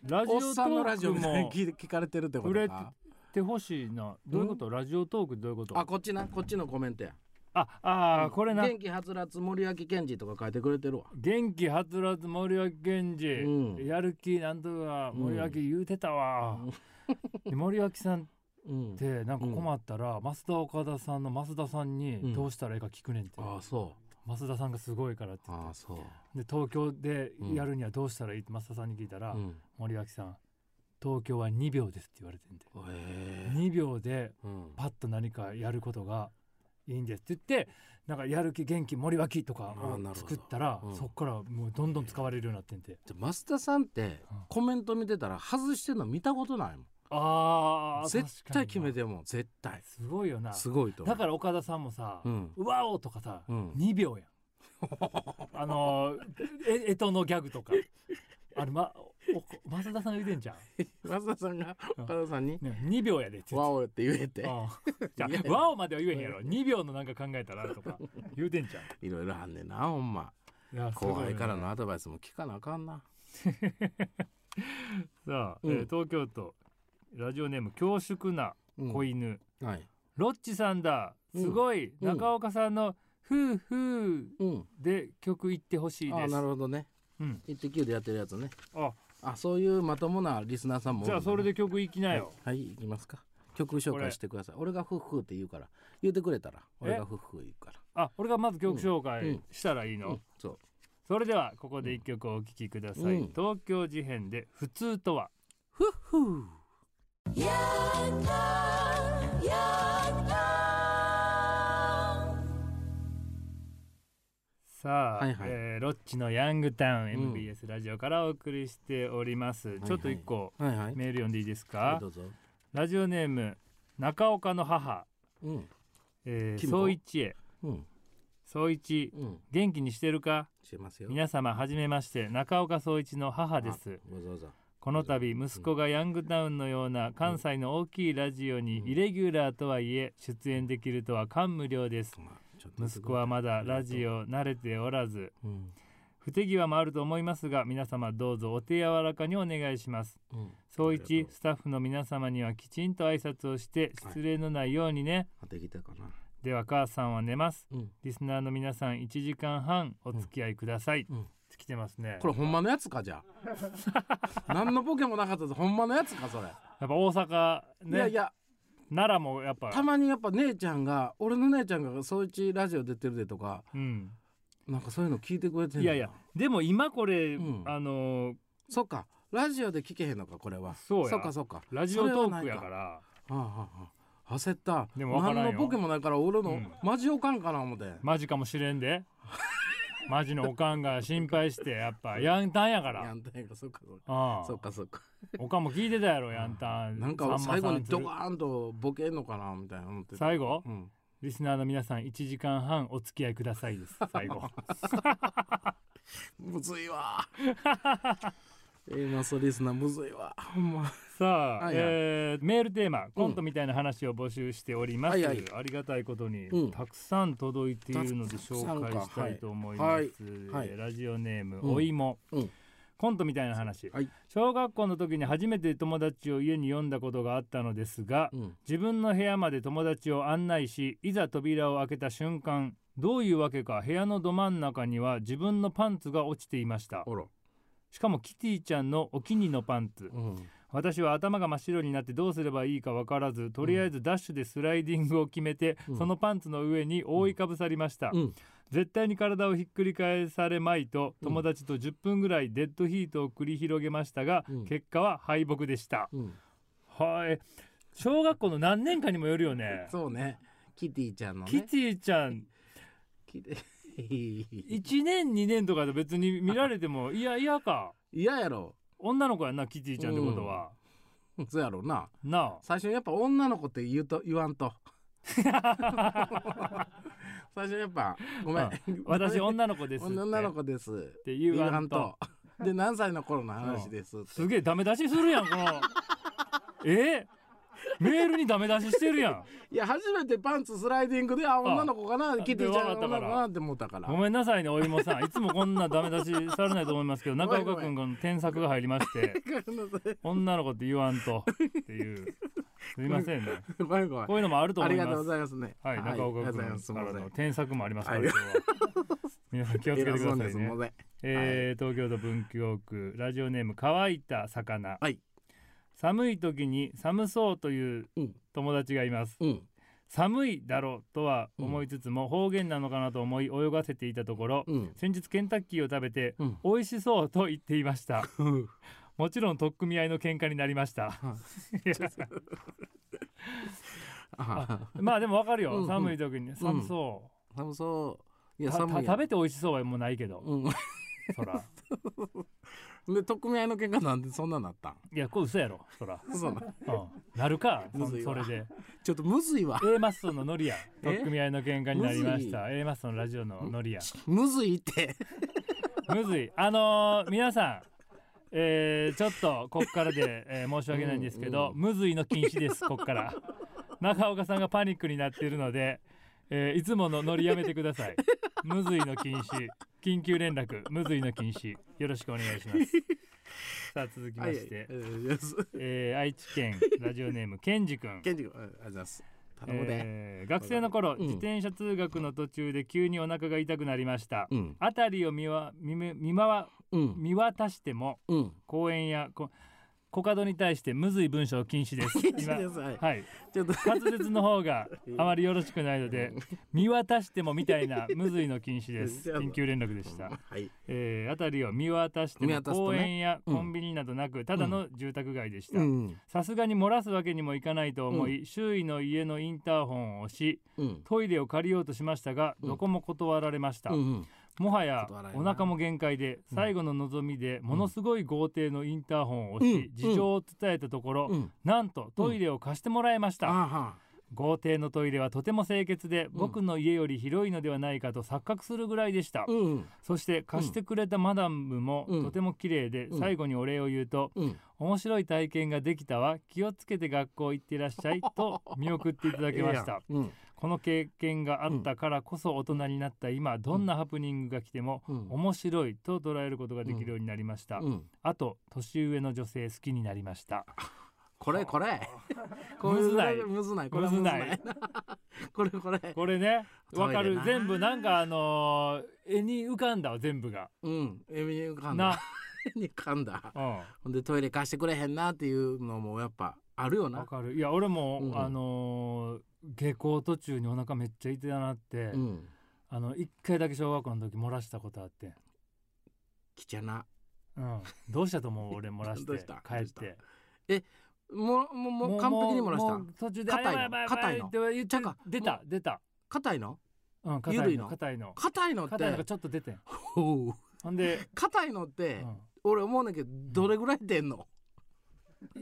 A: ラジオ
B: お
A: ト
B: っさんのラジ
A: ー
B: オ
A: ク
B: みたい
A: も
B: に聞聞かれてるってこ
A: 売
B: と
A: れて
B: か。
A: ってほしいなどういうことラジオトークどういうこと
B: あこっちなこっちのコメントや。
A: ああーこれな
B: 元気はつらつ森脇健児とか書いてくれてるわ。
A: 元気はつらつ森脇健児、
B: うん
A: やる気なんとか森脇言うてたわ、で森脇さんっ
B: うん。
A: てなんか困ったら、増田岡田さんの増田さん
B: うん
A: にどうしたらいいか聞くねんって、
B: あそ
A: 増田さんがすごいからって
B: う。あそう。
A: で東京でやるにはどうしたらいいって増田さんに聞いたら、
B: うん。
A: 森脇さん東京は2秒ですって言われてんで
B: ええ。
A: 2秒で
B: うん。
A: パッと何かやることがいいんですって言ってなんかやる気元気森脇とか
B: あーな
A: を
B: るほど
A: 作ったら、
B: うん
A: そっからもうどんどん使われるようになってんで。
B: じゃあ増田さんってコメント見てたら外してんの見たことないも
A: あ
B: ん
A: ー
B: 絶対決め
A: 確かに
B: てるもん絶対
A: なすごいよな
B: すごいと思
A: だ
B: う
A: から岡田さんもさ
B: う
A: 「
B: ん
A: うわお!」とかさ、
B: うん
A: 2秒やん あのええとのギャグとかあれまお増田さんが言うてんじゃん、
B: 増田さんが
A: うん
B: 岡田さんに
A: ね、2秒やでっ
B: 「
A: て言
B: ワ
A: って
B: オ」って言えて
A: うんじゃ
B: いや
A: あワオまでは言えへんやろ2秒のなんか考えたらとか言うてんじゃん
B: いろいろあんねんなほんま
A: いやすごい
B: 後
A: よね
B: 輩からのアドバイスも聞かなあかんな
A: さあ、
B: うん
A: えー東京都ラジオネーム恐縮な
B: うん
A: 子犬、
B: はい
A: ロッチさんだ
B: うん
A: すごい、
B: うん
A: 中岡さんの「ふうふう
B: うん」
A: で曲言ってほしい
B: あ
A: で
B: あ
A: す
B: なるほどね
A: うん
B: 「イッテ Q!」でやってるやつね
A: あ
B: あそういうまともなリスナーさんもお
A: じ
B: る
A: ゃ
B: ん
A: あ
B: だね
A: それで曲いきなよ、
B: はい行きますか曲紹
A: こ
B: 介
A: れ
B: してください俺が「フッフー」って言うから言ってくれたら俺が「フッフー」言うから
A: あ俺がまず曲紹
B: うんう
A: 介
B: ん
A: したらいいの、
B: うんそう
A: それではここで一曲お聴きください、
B: うん
A: 東京事変で「普通とは
B: 「フッフー」
A: さあ、
B: はいはい
A: えーロッチのヤングタウン
B: うん
A: MBS ラジオからお送りしております、
B: はい
A: ちょっと一個
B: はいはい
A: メール読んでいいですか、
B: はいどうぞ
A: ラジオネーム中岡の母、
B: うん
A: えー、
B: キムコ
A: 総一へ
B: うん
A: 総一
B: うん
A: 元気にしてるか
B: してますよ
A: 皆様はじめまして中岡総一の母です
B: あわざわざ
A: この度息子がヤングタウンのような関西の大きいラジオにイレギュラーとはいえ出演できるとは感無量です
B: まあちょっと
A: 息子はまだラジオ慣れておらず
B: うん
A: 不手際もあると思いますが皆様どうぞお手柔らかにお願いします
B: うん
A: 総一スタッフの皆様にはきちんと挨拶をして失礼のないようにね、
B: 当てきたかな
A: では母さんは寝ます
B: うん
A: リスナーの皆さん1時間半お付き合いください、
B: うんうん
A: 来てますね
B: これほんまのやつかじゃ あ何のボケもなかったぞほんまのやつかそれ
A: やっぱ大阪
B: い
A: ね
B: やいや
A: 奈良もやっぱ
B: たまにやっぱ姉ちゃんが俺の姉ちゃんが「そういちラジオ出てるで」とか
A: うん
B: なんかそういうの聞いてくれてんの
A: いやいやでも今これ、
B: うん
A: あのー
B: そっかラジオで聞けへんのかこれは
A: そうや
B: っかそっか
A: ラジオトークやから
B: は
A: ら
B: あはあはあ焦った
A: でもわからんよ
B: 何のボケもないから俺の、
A: うん
B: マジオカンかな思って
A: マジかもしれんで マジのおかんが心配してやっぱやんたんやから
B: やんたんやかそっかそっか
A: ああ
B: そっかそっか
A: おかんも聞いてたやろやんたん
B: な
A: さ
B: んか
A: んま
B: 最後
A: さん
B: に
A: つ
B: ドカーンとボケんのかなみたいな思ってた
A: 最後
B: うん
A: リスナーの皆さん1時間半お付き合いくださいです最後
B: むずいわ A マスリスナーむずいわほんま
A: さあ、
B: はいはい
A: えーメールテーマコントみたいな話を募集しております、
B: はいはい
A: ありがたいことに、
B: うん
A: たくさん届いているので紹介したいと思います、
B: かはいはい
A: えーラジオネーム、
B: うん
A: お芋、
B: うん
A: コントみたいな話、
B: はい
A: 小学校の時に初めて友達を家に呼んだことがあったのですが、
B: うん
A: 自分の部屋まで友達を案内しいざ扉を開けた瞬間どういうわけか部屋のど真ん中には自分のパンツが落ちていました
B: ほら
A: しかもキティちゃんのお気に入りのパンツ
B: うん
A: 私は頭が真っ白になってどうすればいいか分からずとりあえずダッシュでスライディングを決めて、
B: うん
A: そのパンツの上に覆いかぶさりました、
B: うん
A: 絶対に体をひっくり返されまいと
B: うん
A: 友達と10分ぐらいデッドヒートを繰り広げましたが、
B: うん
A: 結果は敗北でした、
B: うん
A: はい小学校の何年かにもよるよね
B: そうねキティちゃんの
A: キ
B: ね
A: ティちゃん
B: キティ
A: 1年2年とかで別に見られてもいやいやか
B: 嫌やろ
A: 女の子やなキティちゃんってことは、
B: そうやろうな
A: な
B: 最初にやっぱ女の子って言うと言わ んと最初にやっぱごめん
A: あ私
B: 女
A: 女の子ですって
B: 女の子です
A: って言わ
B: わ
A: ん
B: ん
A: と
B: とで何歳の頃の話ですって
A: すげえダメ出しするやんこのえメールにダメ出ししてるやん
B: いや初めてパンツスライディングであ女の子かなキティちゃんの女の子かなって思ったから
A: ごめんなさいねお芋さんいつもこんなダメ出しされないと思いますけど中岡君が添削が入りまして
B: ごめんなさい
A: 女の子って言わんとっていうすいませんね
B: ごめんごめん
A: こういうのもあると
B: あ
A: 思い
B: りがと
A: ま
B: うご
A: す
B: ざいますね
A: はい、中岡
B: ありがとうございますす
A: 君
B: み
A: から
B: ません
A: の添削もありますから、
B: はい
A: 今日は皆さん気をつけてくださ
B: 偉
A: い
B: そう
A: ね
B: なやつ。もね
A: えー東京都文京区ラジオネーム乾いた魚、
B: はい
A: 寒い時に寒そうという
B: うん
A: 友達がいます、
B: うん
A: 寒いだろうとは思いつつも方言なのかなと思い泳がせていたところ、
B: うん
A: 先日ケンタッキーを食べて
B: うん
A: 美味しそうと言っていましたもちろん取っ組み合いの喧嘩になりました
B: は
A: いや
B: あ
A: まあでもわかるよ、
B: うんうん
A: 寒い時に寒そ、
B: 寒そういうや
A: た
B: 寒い
A: た
B: や
A: 食べて美味しそうはもうないけど、
B: う
A: そら
B: ん で特命合いの喧嘩なんでそんななったん
A: いやこれ嘘やろそら、
B: そうなん
A: うん、なるかそ
B: むずい
A: そ
B: わ
A: れで
B: ちょっとむずいわ
A: A マッソのノリや
B: え
A: 取っ組み合いの喧嘩になりまし
B: む
A: た A マッソのラジオのノリや
B: むずいって
A: むずいあのー皆さんえーちょっとこっからで、えー申し訳ないんですけど、
B: う
A: むずいの禁止ですこっから中岡さんがパニックになっているので、えーいつものノリやめてくださいむずいの禁止緊急連絡むずいの禁止よろしくお願いしますさあ続きまして、
B: はいはいえーす
A: えー愛知県ラジオネームケンジ君
B: ケンジ君うんありがとうございます頼むで
A: えー学生の頃、
B: うん
A: 自転車通学の途中で急にお腹が痛くなりました、
B: うん
A: 辺りを見わ見め見まわ
B: うん
A: 見渡しても
B: うん
A: 公園やこコカドに対してむずい文章禁止 です
B: ケンジ君はい
A: 今はい
B: ちょっと
A: 滑舌の方があまりよろしくないので見渡してもみたいなむずいの禁止 です緊急連絡でした、
B: はい
A: えー、辺りを見渡して
B: 見
A: も
B: 渡すとね
A: 公園や
B: うん
A: コンビニなどなく、ただの住宅街でした、
B: うん
A: さすがに漏らすわけにもいかないと思い、周囲の家のインターホンを押し
B: うん
A: トイレを借りようとしましたが、
B: うん
A: どこも断られました、
B: うん
A: もはや
B: 断られる
A: お
B: な
A: 腹も限界で
B: うん
A: 最後の望みでものすごい豪邸のインターホンを押し、
B: うん
A: 事情を伝えたところ、
B: うん
A: なんとトイレを貸してもらいまし
B: あ
A: た、
B: は
A: 豪邸のトイレはとても清潔で、僕の家より広いのではないかと錯覚するぐらいでした、
B: うん
A: そして貸してくれたマダムも
B: うん
A: とても綺麗で、
B: うん
A: 最後にお礼を言うと、
B: うん
A: 面白い体験ができたわ気をつけて学校行ってらっしゃいと見送っていただきました
B: うん
A: この経験があったからこそ大人になった今どんなハプニングが来ても
B: うん
A: 面白いと捉えることができるようになりました、
B: うん
A: あと年上の女性好きになりました
B: これこれこ
A: む
B: れ
A: ずない
B: むずないこれは
A: むず
B: むず
A: ない
B: ないこれこれ
A: これね
B: ト
A: わ
B: イレな
A: かる全部なんかあのー絵に浮かんだわ全部が
B: うんエミに浮かんだ
A: な、
B: エミに浮かんだ
A: う
B: ほんでトイレ貸してくれへんなっていうのもやっぱあるよ
A: ん、わ
B: な
A: かるいや俺も、
B: うん
A: あのー下校途中にお腹めっちゃ痛いなって、
B: うん
A: あの一回だけ小学校の時漏らしたことあって、
B: きちゃな
A: うん、どうしたと思う俺漏らして
B: どうした
A: 帰っ
B: どう
A: て
B: もももう完璧に漏らし
A: も
B: た
A: う途中で
B: 硬いの
A: あやばいやばいやばいって言っ
B: ちゃう
A: て
B: か
A: 出
B: も
A: た出た
B: 硬いの
A: うん硬
B: 緩
A: い
B: い
A: の
B: の
A: 硬いの
B: 硬いのっ
A: 硬いのが
B: て
A: ちょっと出てん
B: おう
A: ほ んで、
B: 硬いのっ
A: う
B: て
A: ん
B: 俺思うねんけどどれぐらい出んの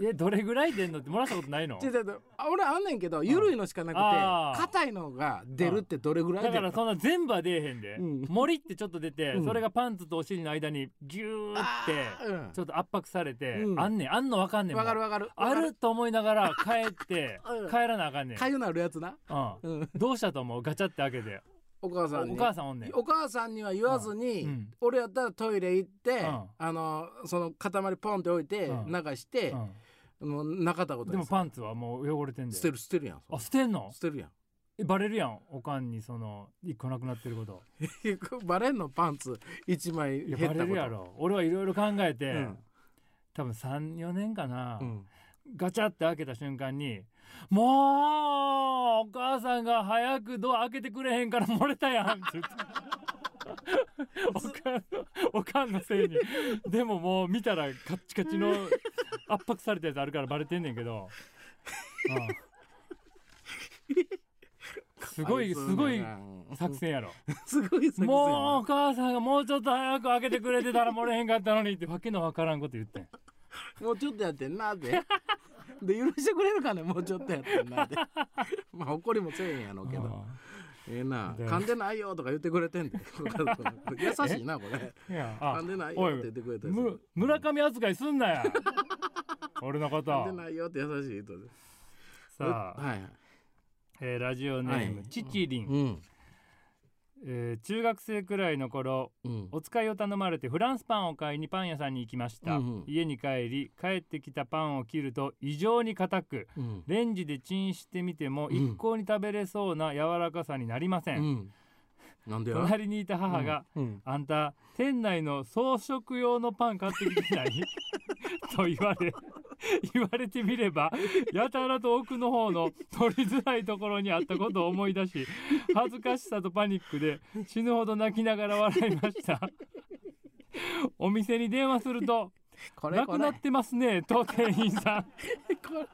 A: えどれぐらい出んのって漏らしたことないの
B: 違う違う違うあ俺あんねんけど緩いのしかなく
A: あー
B: て硬いのが出るってどれぐらい
A: だ
B: 出
A: か
B: るの
A: らそんな全部は出えへんで、
B: うん
A: 森ってちょっと出て、
B: うん
A: それがパンツとお尻の間にギューって
B: あーうん
A: ちょっと圧迫されて、
B: うん
A: あんねんあんのわかんねんも
B: わ
A: ん
B: かるわかる
A: あると思いながら帰って
B: うん
A: 帰らなあかんねん、
B: かゆなるやつな
A: う
B: うん
A: ん、どうしたと思うガチャって開けて
B: お母さん
A: おお
B: に
A: 母さんおんねん
B: お母さんには言わずに、
A: うんうん
B: 俺やったらトイレ行って、
A: うん
B: あのその塊ポンって置いて、
A: うん
B: 流して、もうなかったこ
A: うん、
B: と
A: で
B: に
A: もパンツはもう汚れてんで
B: 捨てる捨てるやん
A: あ捨てんの
B: 捨てるやん
A: えバレるやんおかんにその一個なくなってること
B: バレんのパンツ一枚
A: い
B: 減
A: や
B: った
A: バ
B: こと
A: レるやろ俺はいろいろ考え
B: う
A: て、
B: ん
A: 多分34年かな、
B: うん
A: ガチャって開けた瞬間に「もうお母さんが早くドア開けてくれへんから漏れたやん」って言 って。おかんおかんのせいにでももう見たらカッチカチの圧迫されたやつあるからバレてんねんけど、うんすごい
B: あそう
A: すごい
B: なんだ
A: 作戦やろ
B: すごい作戦やな
A: もうお母さんがもうちょっと早く開けてくれてたら漏れへんかったのにってわけのわからんこと言ってん
B: もうちょっとやってんなってで許してくれるかねもうちょっとやってんなって まあ怒りもせえへんやろうけどええな
A: で
B: 噛んでないよとか言ってくれ てんで優しいなこれ
A: うんいやあ
B: 噛んでないよって言ってくれたりす
A: む
B: る
A: 村上扱いすんなや 俺のこと
B: 噛んでないよって優しい人で
A: さあ、
B: はいはい
A: えーラジオネーム、
B: はい
A: ちちりん、
B: うん
A: えー中学生くらいの頃
B: うん
A: お使いを頼まれてフランスパンを買いにパン屋さんに行きました、
B: うんうん
A: 家に帰り帰ってきたパンを切ると異常に硬く
B: うん
A: レンジでチンしてみても
B: うん
A: 一向に食べれそうな柔らかさになりませ、
B: うんんなんでや
A: 隣にいた母が、
B: うん
A: あんた店内の装飾用のパン買ってきて ないと言われ言われてみればやたらと奥の方の取りづらいところにあったことを思い出し恥ずかしさとパニックで死ぬほど泣きながら笑いましたお店に電話すると「
B: これ
A: な
B: こ
A: く
B: れ
A: なってますね」と店員さん
B: これこれ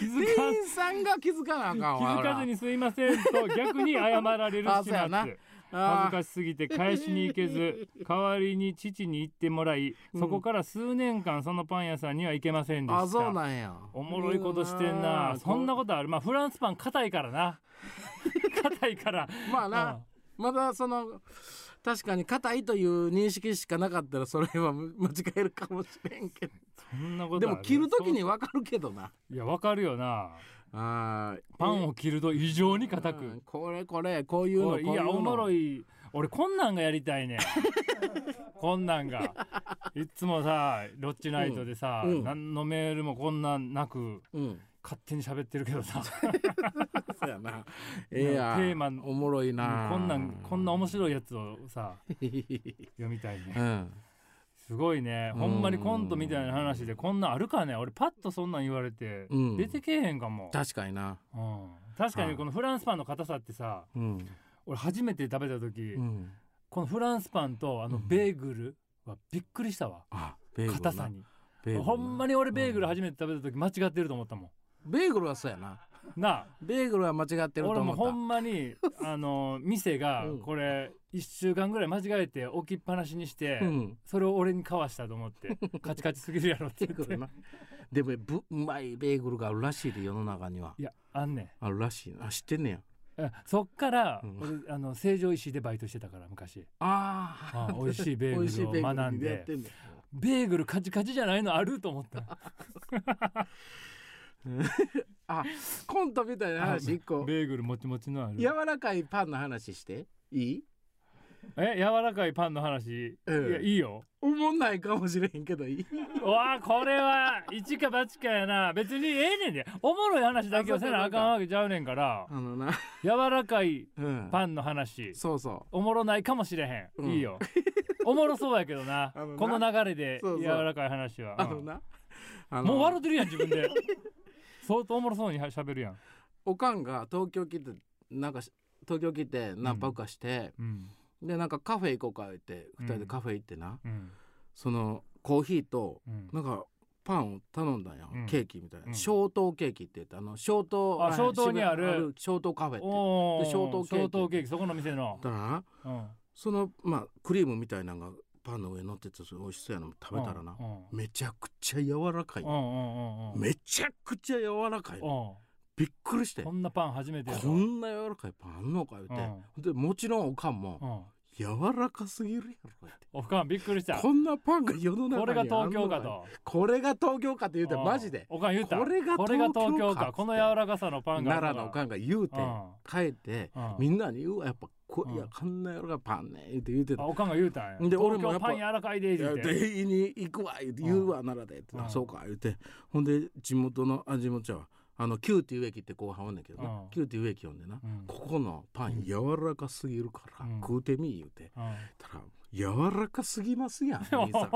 A: 気づか
B: 店員さんが気づかなあかん
A: 気
B: わ
A: づかずに「すいません」と逆に謝られる
B: あ
A: 始
B: そうやな
A: 末恥ずかしすぎて返しに行け ず代わりに父に行ってもらいそこから数年間そのパン屋さんには行けませんでした
B: あそうなんや
A: おもろいことしてんなそんな
B: こ
A: ことあるまあフランスパン硬いからな 硬いから
B: とまあな、まだその確かに硬いという認識しかなかったらそれは 間違えるかもしれんけど
A: うんそんなことあ
B: でも切る時に分かるけどな
A: そういやわかるよな
B: あー
A: パンを切ると異常に硬
B: うん
A: く
B: これこれこういうの
A: お
B: こう
A: い
B: い
A: いうや
B: の
A: おもろ
B: い
A: い俺こんなんがやりたいねん こんなんがいつもさロッチナイトでさ、
B: うんうん
A: 何のメールもこんなんなく
B: うん
A: 勝手に喋ってるけどさ
B: そう やなええやん
A: テーマ
B: おもろいな
A: こんなんこんな面白いやつを さ
B: う
A: 読みたいね
B: ん
A: すごいねほんまにコントみたいな話でこんなんあるかね俺パッとそんなん言われて
B: うん
A: 出てけえへんかも、
B: 確かにな
A: うん確かにこのフランスパンの硬さってさ
B: うん、
A: 俺初めて食べた時、
B: うん、
A: このフランスパンとあのベーグルはびっくりしたわ
B: あベーグルな
A: 硬さに
B: ベーグルな
A: ほんまに俺ベーグル初めて食べた時間違ってると思ったも
B: ベーグルはそうやなん
A: なあ
B: ベーグルは間違ってると
A: 俺
B: 思
A: も
B: っ
A: ほ
B: た
A: んまにあの店が
B: うん
A: これ1週間ぐらい間違えて置きっぱなしにして、
B: うん
A: それを俺にかわしたと思って カチカチすぎるやろって
B: ベ
A: 言
B: ー
A: っ
B: グル
A: て
B: なでもぶうまいベーグルがあるらしいで世の中にはい
A: やあんね
B: あるらしいなあ知ってんねや
A: んえそっから
B: うん
A: 俺、あの成城石井でバイトしてたから昔
B: あ
A: あ 美味しいベ
B: 美味しい
A: ーグ
B: ベ
A: ルを
B: ー
A: 学
B: グ
A: ん
B: ルやっ
A: で
B: てんね
A: ベーグルカチカチじゃないのあると思った
B: あコントみたいな話一個
A: ベーグルもちもちのある
B: 柔らかいパンの話していい
A: え柔らかいパンの話、
B: うん
A: いやいいよ
B: おもんないかもしれへんけど いい
A: うわあこれは一か八かやな別にええねんでおもろい話だけをせなあかんわけちゃうねんから
B: あのな
A: 柔らかい
B: うん
A: パンの話
B: そうそ
A: おもろないかもしれへん、
B: うん
A: いいよ おもろそうやけどな
B: あのな
A: この流れで
B: そうそう
A: 柔らかい話は
B: うあ
A: う
B: の
A: ん
B: なあの
A: もう笑ってるやん自分 で相当おもろそうにしゃべるやん
B: おかんが東京来てなんかし東京来て何泊かして、
A: うん
B: でなんかカフェ行こうか言って
A: うん
B: 2人でカフェ行ってな、
A: うん
B: そのコーヒーと
A: うん
B: なんかパンを頼んだんよ、
A: うん
B: ケーキみたいな、
A: うん
B: 小糖ケーキって言ってあの小糖
A: あ小糖にある
B: 渋谷小糖カフェって言って
A: おー
B: でショートケーキ
A: ショートケーキそこの店の
B: だからな
A: うん
B: そのまあクリームみたいなのがパンの上に乗っててすごい美味しそうやの食べたらな、
A: うん
B: めちゃくちゃ柔らかい、
A: うんうんうんうん
B: めちゃくちゃ柔らかい、
A: う
B: びっくりして
A: んこんなパン初めてや
B: こんな柔らかいパンあんのか言うて、でもちろんおかんも
A: うんうん
B: 柔らかすぎるやろ言うて
A: おかんびっくりした
B: こんなパンが世の中に
A: これが東京
B: あ
A: か
B: んのよ
A: と
B: これが東京かって言うて
A: うん
B: マジで
A: おかん言った
B: これが東京か
A: 東京
B: っつ
A: か
B: って
A: この柔らかさのパンがあ
B: 奈良のお
A: ん
B: かんが言うて
A: う
B: 帰って
A: んうん
B: みんなに「うわやっぱこ
A: うん
B: いやこんな柔らかいパンね」言うて言うて
A: あ
B: た。
A: おかんが言うたんや
B: で俺
A: 東
B: もや
A: 京
B: っぱ
A: パン柔らかいで
B: い
A: 言
B: や
A: うて
B: で家に行くわ言うて
A: うん
B: 言うわ奈良でって
A: う
B: あ
A: ん
B: そうか言うてほんで地元のあ地元ちゃうわあのキューティー植木って後半おんねんけど
A: う
B: なんキューティー植木呼んでな
A: うん
B: ここのパン柔らかすぎるから
A: うん
B: 食うてみい言う
A: う
B: て
A: ん
B: たら柔らかすぎますやん 兄さん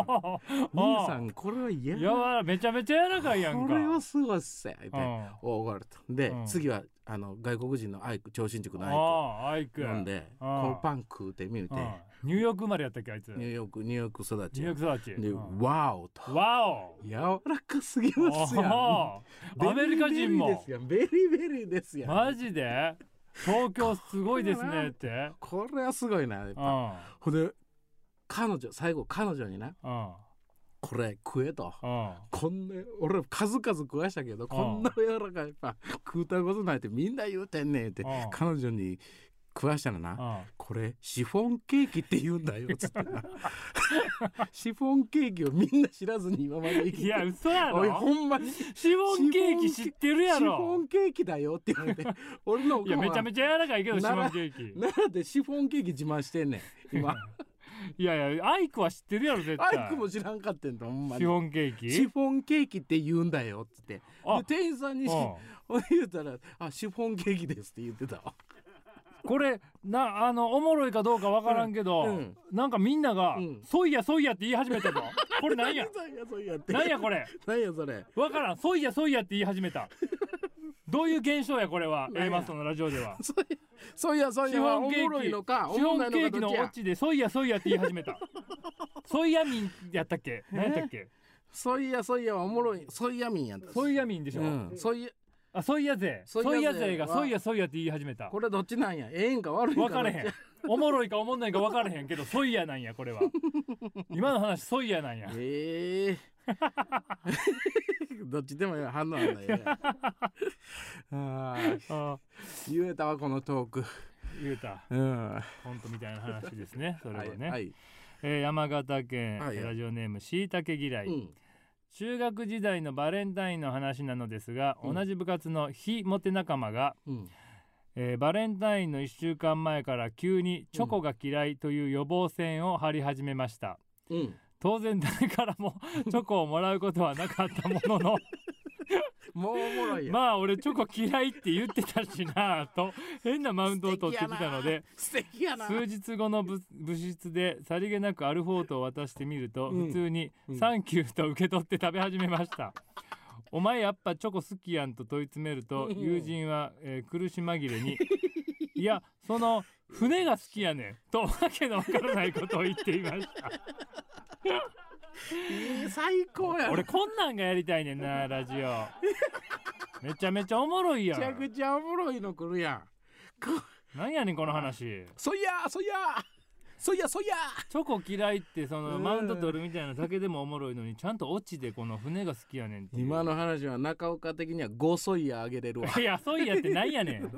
A: お
B: 兄さんこれは嫌
A: 柔らめちゃめちゃ柔らかいやん
B: こ
A: か
B: れはすごいっすよ言う
A: う
B: て
A: ん
B: おごるとで
A: うん
B: 次はあの外国人のアイク超新塾のアイク
A: ああアイク
B: 飲んで
A: う
B: こ
A: ん
B: のパン食うてみるて
A: うんニューヨーク生まれやったっけあいつ
B: ニュ
A: ニュ
B: ーヨークニューヨーク育ち
A: ーヨーク育ち
B: で
A: うん
B: ワオと
A: わお
B: 柔らかすぎますやん
A: おーアメリカ人も
B: ベリーベリーですやんベリーベリーですやん
A: マジで東京すごいですねって うん
B: これはすごいなやっ
A: う
B: ぱ
A: ん
B: ほんで彼女最後彼女にな
A: うん
B: これ食えと
A: うん
B: こんな俺数々食わしたけどこんな柔らかいパン食うたことないってみんな言うてんねんって
A: うん
B: 彼女に食わしたらなこれシフォンケーキって言うんだよ つってなシフォンケーキをみんな知らずに今まで生きて
A: いや嘘や
B: おい
A: ろ
B: ほんまにシ
A: シフォンケーキ知ってる
B: フ
A: や
B: ォ
A: ろ
B: ンケーキだよって言われて俺のお
A: い
B: か
A: や
B: んは
A: めちゃめちゃ柔らかいけどシフ
B: な
A: ォ
B: ら
A: ンケーキ
B: 奈良でシフォンケーキ自慢してんね ん今
A: いやいやアイクは知ってるやろ絶対
B: アイクも知らんかってんだほんま
A: シ
B: に
A: フォンケーキ
B: シフォンケーキって言うんだよっつってで
A: あ
B: 店員さんに
A: うん
B: ほんで言うたら「あシフォンケーキです」って言ってたわ
A: これなあのおもろいかどうかわからんけど、
B: うんうん
A: なんかみんなが
B: うん
A: 「そいやそいや」って言い始めたぞこれなん や
B: 何やそれやって
A: なんやこれ
B: 何やそれ
A: わからん「そいやそいや」って言い始めたどういう現象やこれは
B: なんや
A: A マストのラジオでは
B: そういそういやそうい
A: シ
B: や
A: フ
B: は
A: ォン
B: お
A: ケ
B: もろいの
A: ー
B: か
A: キ
B: お
A: シフ
B: もろ
A: ォ
B: い
A: ンケ
B: の
A: ー
B: か
A: キ
B: ど
A: の
B: っ
A: オ
B: ちや
A: チで「そいやそいや」って言い始めたソイヤミンやったっけ何やった っけ
B: そういやそういやはおもろいそういやみんやった
A: ソイヤミンでしょ、
B: うんそういや
A: あソイヤ勢
B: ソイヤ勢
A: ソイヤ勢が「
B: は
A: そいやそいや」って言い始めた
B: これどっちなんやええんか悪いんか
A: 分かれへん おもろいかおもんないか分かれへんけど「ソイヤなんやこれ は今の話「ソイヤなんや
B: え えどっちでもいいわ反応あんないよ あー
A: ああ
B: 言えたわこのトーク
A: 言うた
B: うんは
A: コントみたいな話ですねそれはね、
B: いはい
A: えー山形県、
B: はいはい
A: ラジオネームしいたけ嫌い、
B: うん
A: 中学時代のバレンタインの話なのですが、
B: うん
A: 同じ部活の非モテ仲間が、
B: うん
A: えーバレンタインの1週間前から急にチョコが嫌いという予防線を張り始めました、
B: うん
A: 当然誰からもチョコをもらうことはなかったものの
B: もうおもろいよ
A: まあ俺チョコ嫌いって言ってたしなぁ と変なマウントを取ってきたので
B: 素敵やな素
A: 数
B: 敵
A: 日後の部部室でさりげなくアルフォートを渡してみると、
B: うん
A: 普通に
B: う
A: 「
B: ん
A: サンキュー」と受け取って食べ始めま した。お前やっぱチョコ好きやんと問い詰めると
B: うん
A: 友人は、えー苦し紛れに「いやその船が好きやねん」とわけのわからないことを言っていました
B: やな最高や な
A: 俺こんなんがやりたいねんなラジオめちゃめちゃおもろい
B: め
A: や
B: ちゃく
A: ん
B: ちゃおもろいの来るやんこ
A: なんやねんこの話
B: そいやそいやそいやそいや
A: チョコ嫌いってその
B: うん
A: マウント取るみたいなだけでもおもろいのにちゃんとオチでこの船が好きやねんっていう
B: 今の話は中岡的には5そいやあげれるわ
A: いや、そういやってなんやねん。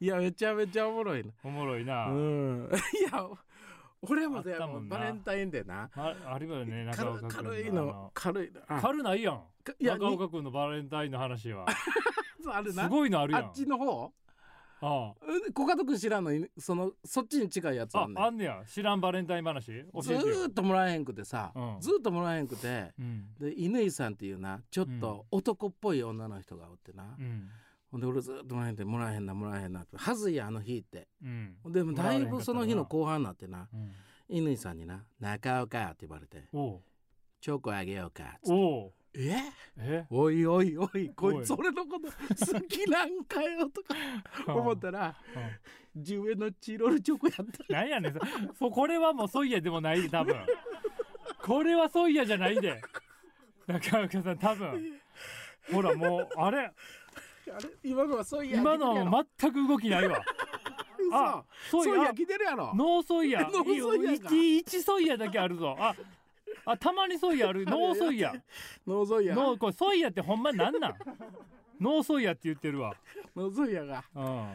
B: いやめちゃめちゃおもろいな
A: おもろいな。
B: うん いや俺もで
A: あったも
B: も
A: んな
B: バレンタインでな
A: あ、あるよね、中
B: 軽
A: 岡君の。
B: 軽
A: あ
B: いの軽いのあ
A: 軽ないやん。
B: かいや
A: 中
B: に
A: 岡君のバレンタインの話は。
B: ある
A: す
B: な
A: ごいのある
B: あ
A: やん。あ
B: っちの方
A: あ
B: うん小家族知らんのにそのそっちに近いやつあ
A: あ
B: ん、ねん
A: あんねや。知らんバレンタイン話教
B: ず
A: えてよ。
B: ーっともらえへんくてさ、
A: うん
B: ずーっともらえへんくて
A: うん。
B: で乾さんっていうなちょっと男っぽい女の人がおってな、
A: うん。
B: ほんで俺ずーっともらえへんてもらえへんなもらえへんなってはずいやあの日って
A: うん。
B: ほんでもうだ
A: もらわ
B: い
A: れへんかった
B: ぶ
A: な
B: その日の後半になってな
A: うん
B: 乾さんにな「中岡」って言われて
A: おう
B: 「チョコあげようか」っつって
A: おう
B: え
A: え
B: おいおいおいこ
A: おい
B: いつ俺のこと好きなんかよ とか思ったら
A: うんうん
B: 地上のチロルチョコやっ た
A: なんやねんそそこれはもうソイヤでもないで多分これはソイヤじゃないで中岡さん多分ほらもうあれ
B: あれ今のはソイヤ
A: 今のはもう全く動きないわあ
B: あ
A: ソイ
B: ソイヤ
A: ヤ
B: 来てるやろ
A: ノーソイヤ
B: ノーソイヤか
A: いい一ソイヤだけあるぞああたまにソイヤあ るノーソイヤ
B: ノーソイヤ
A: ノーこれソイヤってほんまなんなんノーソイヤって言ってるわ、
B: ノーソイヤが
A: うん、
B: あ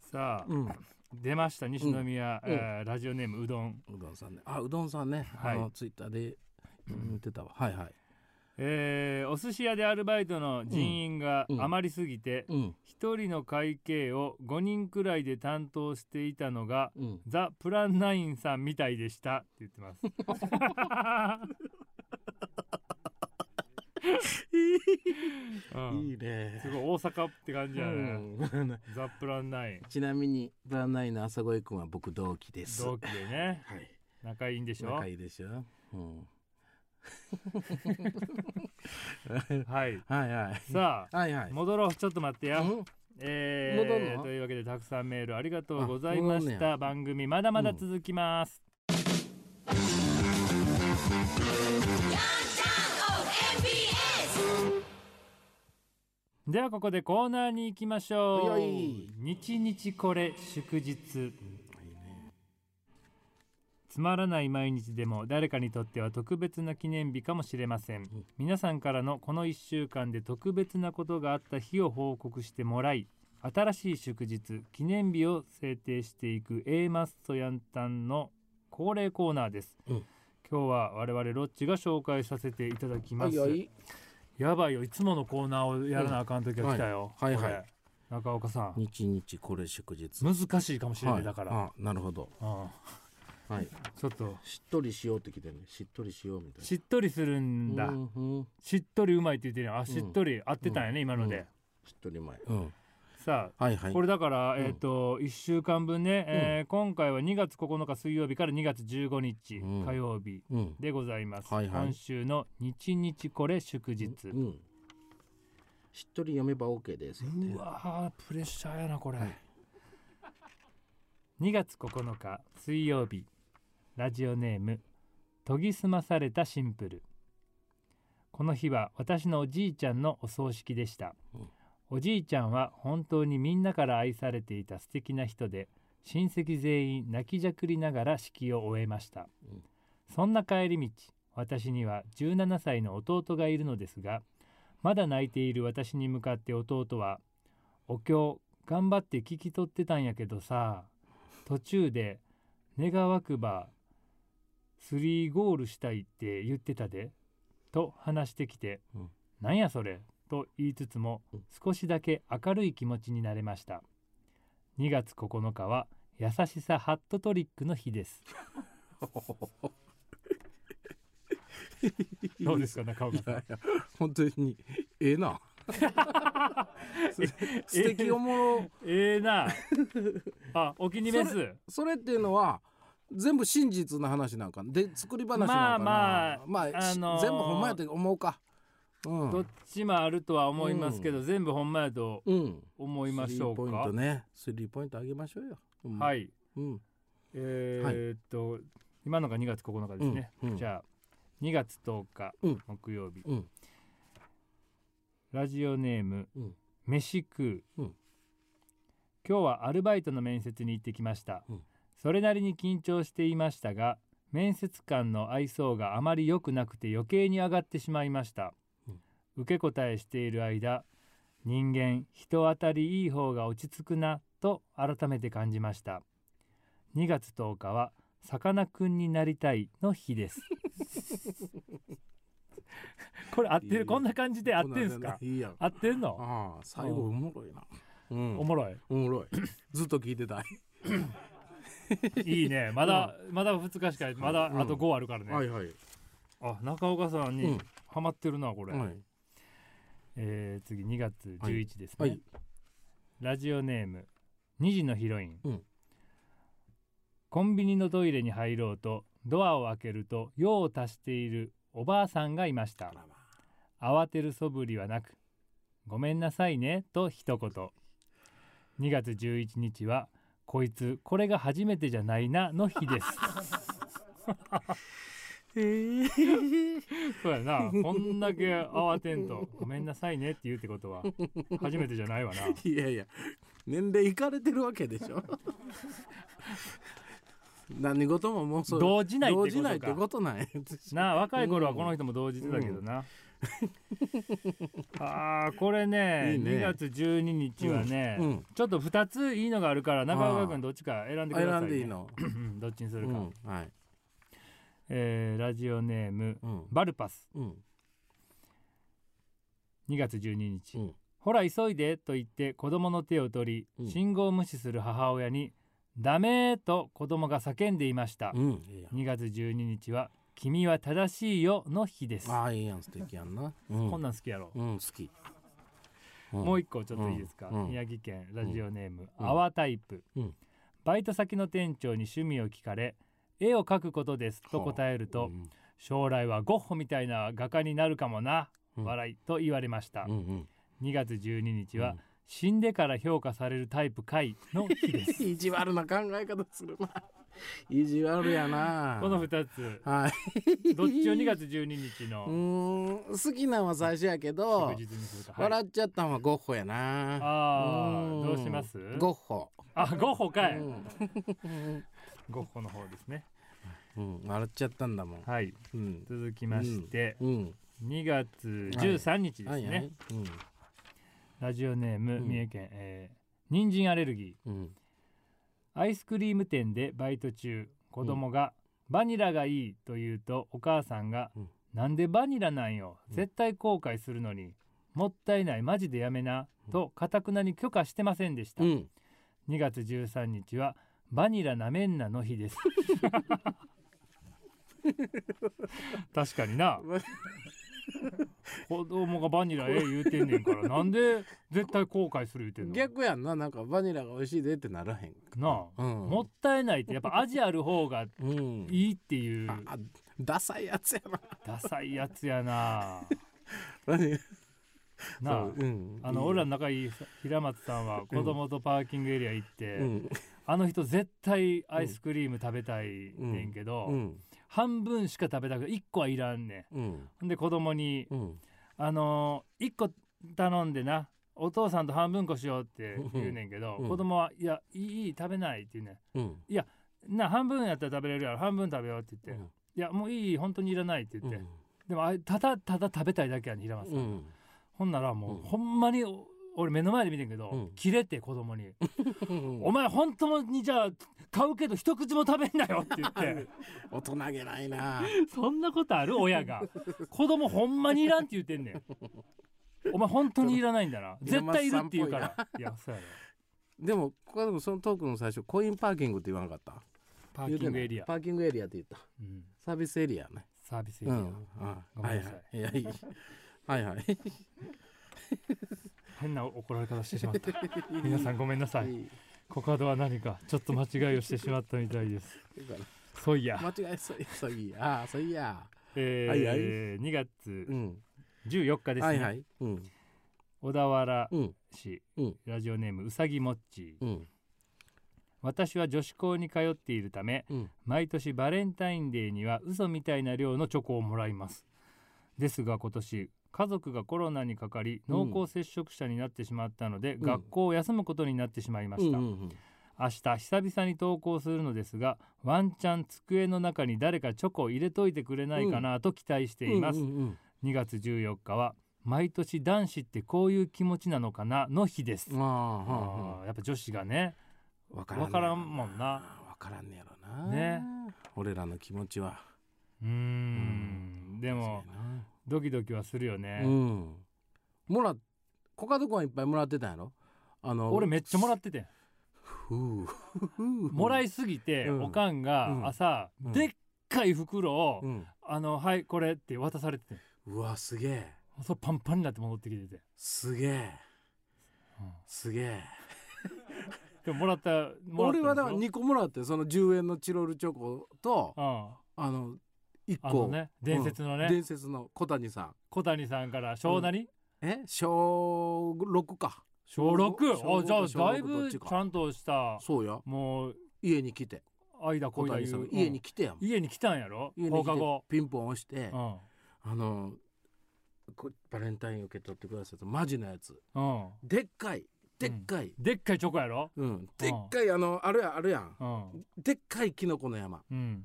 A: さあ、
B: ーうん
A: 出ました西宮、
B: うん
A: えーラジオネームうどん
B: うどんさんねあうどんさんね
A: はい
B: あのツイッターで見てたわはいはい
A: えーお寿司屋でアルバイトの人員が
B: うんうん
A: 余りすぎて、
B: うん
A: 1人の会計を5人くらいで担当していたのが
B: うん
A: ザ・プランナインさんみたいでしたって言ってます うん
B: いいね
A: すごい大阪って感じやね、
B: うん
A: ザ・プランナイン
B: ちなみにブランナインの朝声くんは僕同期です
A: 同期でね
B: はい
A: 仲いいんでしょ
B: 仲いいでしょうん
A: はい
B: はいはい
A: さあ
B: はいはい
A: 戻ろうちょっと待ってや、
B: うん
A: え
B: 戻ん
A: ー、
B: の
A: というわけでたくさんメールありがとうございま
B: あ
A: し
B: 戻んね
A: た番組まだまだ
B: うん
A: 続きます、ではここでコーナーに行きましょ
B: は
A: う
B: い
A: 日日これ祝日つまらない毎日でも誰かにとっては特別な記念日かもしれません
B: ん
A: 皆さんからのこの1週間で特別なことがあった日を報告してもらい新しい祝日記念日を制定していく A マストヤンタンの恒例コーナーです、
B: うん
A: 今日は我々ロッチが紹介させていただき
B: は
A: ま
B: い
A: す、
B: はい
A: やばいよいつものコーナーをやらなあかん時が来たよ、
B: うんはいはい
A: これ
B: はい
A: 中岡さん
B: 日日これ祝日
A: 難しいかもしれない、だから、
B: あなるほど
A: うん
B: はい
A: ちょっと
B: しっとりしようってきてるねしっとりしようみたいな
A: しっとりするんだ、
B: うんうん
A: しっとりうまいって言ってるやんあしっとり合ってたんやね、今ので、
B: うんしっとり前うん
A: さあ
B: はいはい
A: これだから、
B: ん
A: えっ、と1週間分ね、えー今回は2月9日水曜日から2月15日
B: うん
A: 火曜日
B: うん
A: でございます、
B: はいはい
A: 今週の日日これ祝日、
B: うんしっとり読めば OK ですよね
A: う わープレッシャーやなこれ、2月9日水曜日ラジオネーム研ぎ澄まされたシンプルこの日は私のおじいちゃんのお葬式でした、
B: うん
A: おじいちゃんは本当にみんなから愛されていた素敵な人で親戚全員泣きじゃくりながら式を終えました、
B: うん
A: そんな帰り道私には17歳の弟がいるのですがまだ泣いている私に向かって弟は「お経頑張って聞き取ってたんやけどさ途中で願わくば3ゴールしたいって言ってたで」と話してきて
B: うん
A: 「なんやそれ」と言いつつも
B: うん
A: 少しだけ明るい気持ちになれました2月9日は優しさハットトリックの日ですどうですか中岡
B: い
A: さん
B: やいや本当にええなす素敵おもろ
A: ええなあお気に召
B: そ
A: す
B: それっていうのは全部真実の話なんか で作り話なのかな
A: まあ
B: まあ、し
A: あのー
B: 全部ほんまやと思うかうん
A: どっちもあるとは思いますけど、全部ほんまやと
B: うん
A: 思いましょう
B: スリーポイン
A: か
B: ト。ねスリーポイントあげましょうよ、うん
A: はい。
B: うん
A: えーっと、今のが2月9日ですね。
B: うんうん
A: じゃあ2月10日、
B: うん
A: 木曜日
B: うん
A: ラジオネーム、
B: うん
A: 飯食う、
B: うん
A: 今日はアルバイトの面接に行ってきました、
B: うん
A: それなりに緊張していましたが面接官の愛想があまり良くなくて余計に上がってしまいました、
B: うん
A: 受け答えしている間人間人当たりいい方が落ち着くなと改めて感じました2月10日はさかなクンになりたいの日 ですこれ合って
B: いいよ
A: るこんな感じで合ってんすか
B: いいやん
A: 合ってんの
B: ああ最後おもろいなうん
A: おもろい
B: おもろいずっと聞いてたい
A: いい ねまだ、まだ2日しかまだ
B: うん
A: あと5あるからね、
B: はいはい
A: あ中岡さん
B: う
A: に
B: ん
A: ハマってるなこれ、
B: はい
A: えー次2月11ですね、
B: はい
A: ラジオネーム2時のヒロイン、
B: うん
A: コンビニのトイレに入ろうとドアを開けると用を足しているおばあさんがいました
B: あらまあ
A: 慌てる素振りはなく「ごめんなさいね」と一言2月11日は「こいつこれが初めてじゃないな」の日 です
B: えー
A: そうやなこんだけ慌てんと「ごめんなさいね」って言うってことは初めてじゃないわない
B: やいや年齢いかれてるわけで しょ何事ももうそう
A: 動じないってことか
B: 動じないってことなんや
A: なあ若い頃はこの人も同時だけどな、 あーこれね
B: いいね
A: 2月12日はね、
B: うんうん
A: ちょっと2ついいのがあるから中岡
B: あー
A: 君どっちか選んでください、ね、
B: 選んでいいの、
A: うん どっちにす
B: う
A: るか、
B: ん、はい
A: えーラジオネーム
B: うん
A: バルパス
B: うん
A: 2月12日、
B: うん
A: ほら急いでと言って子供の手を取り、
B: うん
A: 信号無視する母親にダメーと子供が叫んでいました、
B: うんいいやん
A: 2月12日は君は正しいよの日です、
B: ああいいやん素敵やんな、うん、
A: こんなん好きやろ、
B: うん好き、うん
A: もう一個ちょっといいですか、
B: うんうん
A: 宮城県ラジオネーム、
B: うん
A: アワタイプ、
B: うん
A: バイト先の店長に趣味を聞かれ絵を描くことですと答えると、
B: うん
A: 将来はゴッホみたいな画家になるかもな、
B: うん
A: 笑いと言われました、
B: うんうん
A: 2月12日は、
B: うん
A: 死んでから評価されるタイプ回の日です
B: 意地悪な考え方するな意地悪やな
A: この2つ
B: はい
A: どっちを2月12日
B: う
A: の
B: ーん好きなんは最初やけど
A: 祝日にするか、はい
B: 笑っちゃったんはゴッホやな
A: あ
B: う
A: ー
B: ん
A: どうします
B: ゴッホ
A: あゴッホかい、
B: うん
A: ゴッホの方ですね
B: うん笑っちゃったんだもん
A: はい
B: うん
A: 続きまして、
B: うん
A: 2月13日ですね、
B: はいはいうん
A: ラジオネーム、
B: うん
A: 三重県、えー、人参アレルギ
B: うん
A: ーアイスクリーム店でバイト中子供が、バニラがいいと言うとお母さんが、
B: うん
A: なんでバニラなんよ
B: うん
A: 絶対後悔するのに、もったいないマジでやめな
B: うん
A: とかたくなに許可してませんでした、
B: うん
A: 2月13日はバニラなめんなの日です 確かにな子供がバニラええ言うてんねんからなんで絶対後悔する言うてんの
B: 逆やんななんかバニラが美味しいでってならへん
A: なあ、
B: うん
A: もったいないってやっぱ味ある方が
B: うん
A: いいっていう
B: ああダサいやつやな
A: ダサいやつやな
B: バニラ
A: なあ
B: そううん
A: あの俺らの仲いい平松さんは子供とパーキングエリア行って、
B: うん
A: あの人絶対アイスクリーム食べたいねんけど、
B: うん
A: 半分しか食べたくない1個はいらんねん
B: うん
A: ほんで子供に
B: うん
A: 「あのー、1個頼んでなお父さんと半分こしよう」って言うねんけど、
B: うん
A: 子供は「いやいいいい食べない」って言うね
B: うん
A: んな半分やったら食べれるやろ半分食べようって言って「いやもういい本当にいらない」って言って、でもあれただただ食べたいだけやねん平松さん、
B: うん
A: ほんならもう、
B: うん
A: ほんまにお俺目の前で見てんけど、
B: うん
A: キレて子供に「
B: うん
A: お前本当にじゃあ買うけど一口も食べんなよ」って言って。
B: 大人げないな
A: そんなことある親が子供ほんまにいらんって言ってんねんお前本当にいら ないんだな
B: 平
A: 絶対いる
B: 松さ
A: っ
B: ん
A: て言うからいやそうやろ
B: でもここでもそのトークの最初コインパーキングって言わなかった
A: パーキングエリア、
B: パーキングエリアって言った
A: うん、
B: サービスエリアね
A: サービスエリ
B: う
A: ア、
B: んあ
A: ご
B: は
A: めん
B: い
A: なさ
B: はいいやいいはいはい
A: 変な怒られ方してしまった 皆さんごめんなさ
B: い
A: い
B: い
A: コカドは何かちょっと間違いをしてしまったみたいです
B: だか
A: そういや
B: ら、間違えそうそういやああそういや
A: えー
B: はいはい
A: 2月
B: うん
A: 14日ですね、
B: はいはいうん
A: 小田原
B: うん
A: 市、
B: うん
A: ラジオネームうさぎもっち
B: うん
A: 私は女子校に通っているため
B: うん
A: 毎年バレンタインデーには嘘みたいな量のチョコをもらいますですが今年家族がコロナにかかり
B: う
A: 濃
B: ん
A: 厚接触者になってしまったので、
B: ん
A: 学校を休むことになってしまいま
B: うんう
A: した、明
B: ん
A: 日久々に登校するのですがワンチャン机の中に誰かチョコを入れといてくれないかなと期待しています、
B: うんうんうん
A: 2月14日は毎年男子ってこういう気持ちなのかなの日です、
B: ああ
A: あ
B: は
A: ーやっぱ女子がね
B: あわ
A: わからんもんな
B: わからんねやろな
A: ね
B: 俺らの気持ちは
A: うーんでも
B: そうやな
A: ドキドキはするよね、
B: うん。もら、コカドコンいっぱいもらってたんやろあの、
A: 俺めっちゃもらっててん
B: ふう
A: もらいすぎて、
B: うん
A: おかんが朝、
B: うん
A: でっかい袋を、
B: うん。
A: あのはいこれって渡されてて
B: うわ、すげえ。
A: そうパンパンになって戻ってきてて、
B: すげえ。
A: うん
B: すげえ。
A: でももらったもらったんですよ
B: 俺はだから2個もらって、その10円のチロルチョコと、
A: う
B: あの、一
A: あ
B: 個
A: のね伝説のね、
B: 伝説の小谷さん
A: 小谷さんから小なり、
B: え小六か
A: 小六
B: 小五
A: あじゃあ
B: 小六
A: だい
B: ど
A: ぶ
B: っ
A: ち
B: ちか
A: ゃんとした
B: そうや
A: もう
B: 家に来て
A: 間
B: 小
A: 恋だ
B: 谷さ
A: 言
B: ん
A: う
B: 家に来てやもん
A: うん家に来たんやろ
B: 家
A: 放
B: に来
A: 課
B: て
A: 後、
B: ピンポン押して
A: うん
B: あのこバレンタイン受け取ってくださいとマジのやつ
A: うん、
B: でっかいでっかい、
A: でっかいチョコやろ
B: うんでっかいあのあるやんあるやん
A: うん、
B: でっかいキノコの山
A: うん、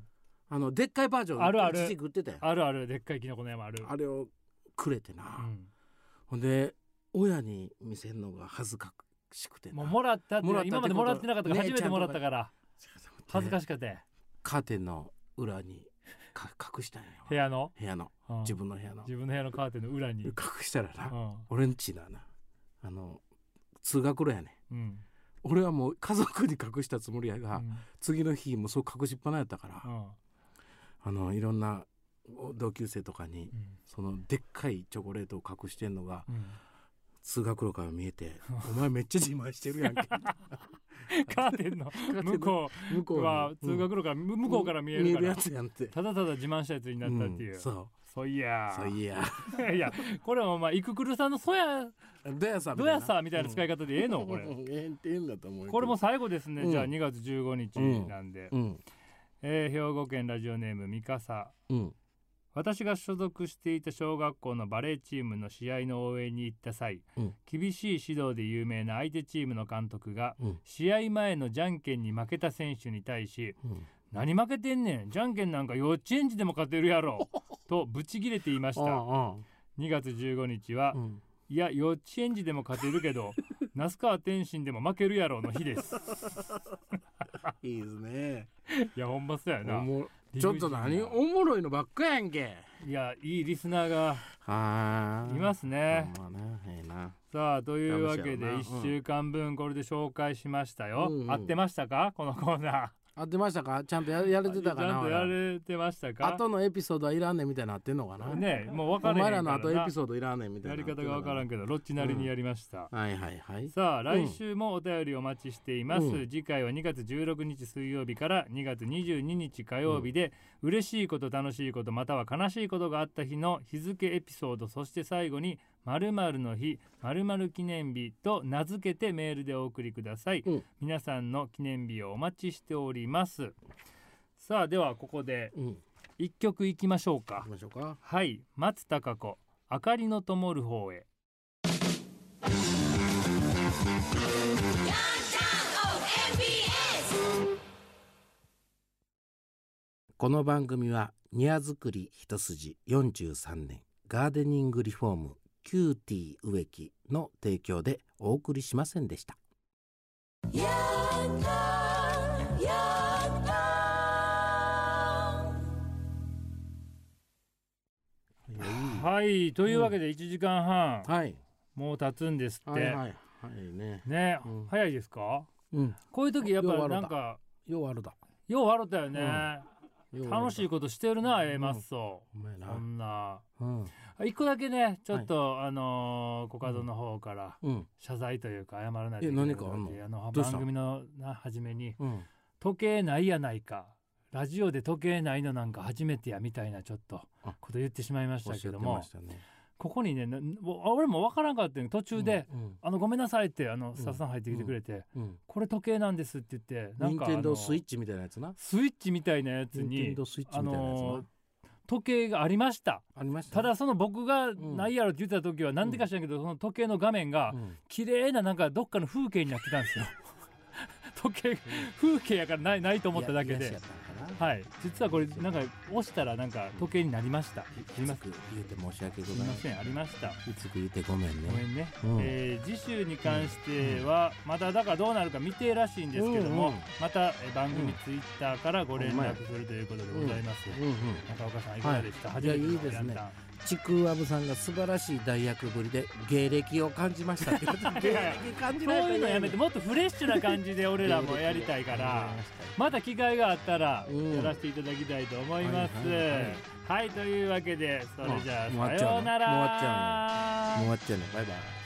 B: あのでっかいバージョン
A: あるある
B: 一時食ってたやん
A: あるあるでっかいキノコの山ある
B: あれをくれてな、
A: うん
B: ほんで親に見せんのが恥ずかしくてな
A: もうもらったって
B: もらったって
A: 今
B: こと
A: までもらってなかったから
B: ね
A: 初めてもらったから恥ずか
B: しい
A: しかって
B: カーテンの裏にか隠したんやわ
A: 部屋の、
B: 部屋の
A: うん
B: 自分の部屋の
A: 自分の部屋のカーテンの裏に、う
B: 隠
A: ん
B: したらな、俺んちだなあの通学路やね
A: うん
B: 俺はもう家族に隠したつもりや
A: う
B: が、
A: ん
B: 次の日もそう隠しっぱなやったから、
A: うん
B: あのいろんなお同級生とかに
A: うん
B: そのでっかいチョコレートを隠してんのが
A: うん
B: 通学路から見え て「お前めっちゃ自慢してるやんけ」
A: カーテンの向こ
B: 向こ
A: うは
B: に
A: 通学路から向こうから見えるか
B: 見える
A: ら
B: やつやんって
A: ただただ自慢したやつになったっていう、
B: ん
A: そ
B: そう
A: いや
B: そういや
A: いやこれはまあイククルさんのそや
B: どやさ
A: どやさみたいな使い
B: 方
A: 方でええのこれ
B: ええんってええんだと思うよ
A: これも最後ですね、
B: うん
A: じゃあ2月15日なんで、
B: うん
A: えー兵庫県ラジオネームみかさ
B: うん
A: 私が所属していた小学校のバレーチームの試合の応援に行った際、
B: うん
A: 厳しい指導で有名な相手チームの監督が
B: うん
A: 試合前のじゃんけんに負けた選手に対し
B: うん
A: 「何負けてんねんじゃんけんなんか幼稚園児でも勝てるや ろ」とブチギレていまし
B: あ
A: た
B: あ
A: 2月15日は
B: ああうん
A: いや幼稚園児でも勝てるけ ど那須川天心でも負けるやろうの日です
B: いいですね
A: いやほんまそうや
B: お
A: な
B: も
A: 理
B: ち
A: 不
B: ょっ
A: 尽
B: と
A: な
B: 何おもろいのばっかやんけ
A: いやいいリスナーが
B: はい
A: ますすね、
B: まあなええな
A: さあというわけ
B: ダメ
A: で
B: だよな
A: 1週間分これで紹介しましたよ、
B: うんうん
A: 合ってましたかこのコーナ
B: 合ってましたかちゃんとややれ
A: ー
B: てたか
A: ちゃ
B: なん
A: とやれてましたか
B: 後のエピソードはいらんねんみたいになってんのかな
A: ねもう分か
B: お
A: れへん
B: 前
A: からら
B: の
A: な
B: 後エピソードいらんねんみたい
A: や
B: な
A: り方が分からんけどロッチなりにやりました、
B: はいはいはい
A: さあ来週もお便りお待ちしています、
B: うん
A: 次回は2月16日水曜日から2月22日火曜日で、嬉しいこと楽しいことまたは悲しいことがあった日の日付エピソードそして最後に〇〇の日〇〇記念日と名付けてメールでお送りください、
B: うん
A: 皆さんの記念日をお待ちしておりますさあではここで
B: うん
A: 一曲いきましょう
B: 行
A: か
B: きましょうか
A: はい松たか子明かりの灯る方へ
B: この番組は庭作り一筋43年ガーデニングリフォームキューティー植木の提供でお送りしませんでした
A: はいというわけで1時間半、
B: はい
A: もう経つんですって、
B: はいはいはいね
A: ね、
B: うん
A: 早いですか
B: うん
A: こういう時やっ
B: よう
A: ぱ
B: 笑
A: な
B: うんた
A: か
B: ようあるだ
A: よう笑ったよね、
B: ようあるだ
A: 楽しいことしてるな
B: うん
A: A マッソ、
B: お前な
A: こんな
B: うん
A: 一個だけねちょっと、あのーコカドの方から
B: うん
A: 謝罪というか謝らないと
B: え
A: いけない
B: 何かあんの
A: ことがってあの
B: どうした
A: 番組のな初めに
B: うん
A: 「時計ないやないかラジオで時計ないのなんか初めてや」みたいなちょっと
B: あ
A: こと言ってしまいまし
B: お
A: た
B: っし
A: け
B: ゃっ
A: ど
B: て
A: も
B: ましたね
A: ここにねなもう俺もわからんかったんよ途中で、
B: うん
A: あのごめんなさいってあの
B: ん
A: スタッフさん入ってきてくれて、
B: うん
A: これ時計なんですって言ってなん
B: 任
A: かあの
B: 天堂スイッチみたいなやつな
A: スイッチみたいなやつ
B: 任天
A: に
B: 堂スイッチ
A: あ
B: みたいなやつ
A: の
B: な
A: ー時計がありました
B: ありました
A: た
B: ね
A: だその僕がないやろって言ってた時はなんでか知らんけど、その時計の画面が
B: うん
A: 綺麗ななんかどっかの風景になってたんですよ 時計風景やからないないと思っただけ
B: いや
A: で
B: 癒しやったんかな
A: はい実はこれなんか押したらなんか時計になりましたすいま
B: いつく言うて申し訳ご
A: せんすい
B: ざい
A: ま
B: ませ
A: せんありました
B: んいつく言うてごめん
A: ごめ
B: ね
A: んね、
B: うん
A: えー次週に関してはまただからどうなるか未定らしいんですけども、
B: うんうん
A: またえー番組ツイッターからご連絡するということでございます、
B: うんうん
A: 中岡さんいかがでした、
B: い
A: 初めての
B: いやいいですね
A: やっ
B: ちくわぶさんが素晴らしい代役ぶりで芸歴を感じましたってこと
A: いやいや
B: 感
A: たんそういうのやめて
B: も
A: もっとフレッシュな感じで俺らもやりたいからまた機会があったら
B: うん
A: やらせていただきたいと思います、
B: はいはいはい
A: はいというわけでそれじゃ
B: もう
A: あ
B: 終わっ
A: さ
B: ちゃうの
A: ようなら
B: もう終わっちゃうの終わっちゃうのバイバイ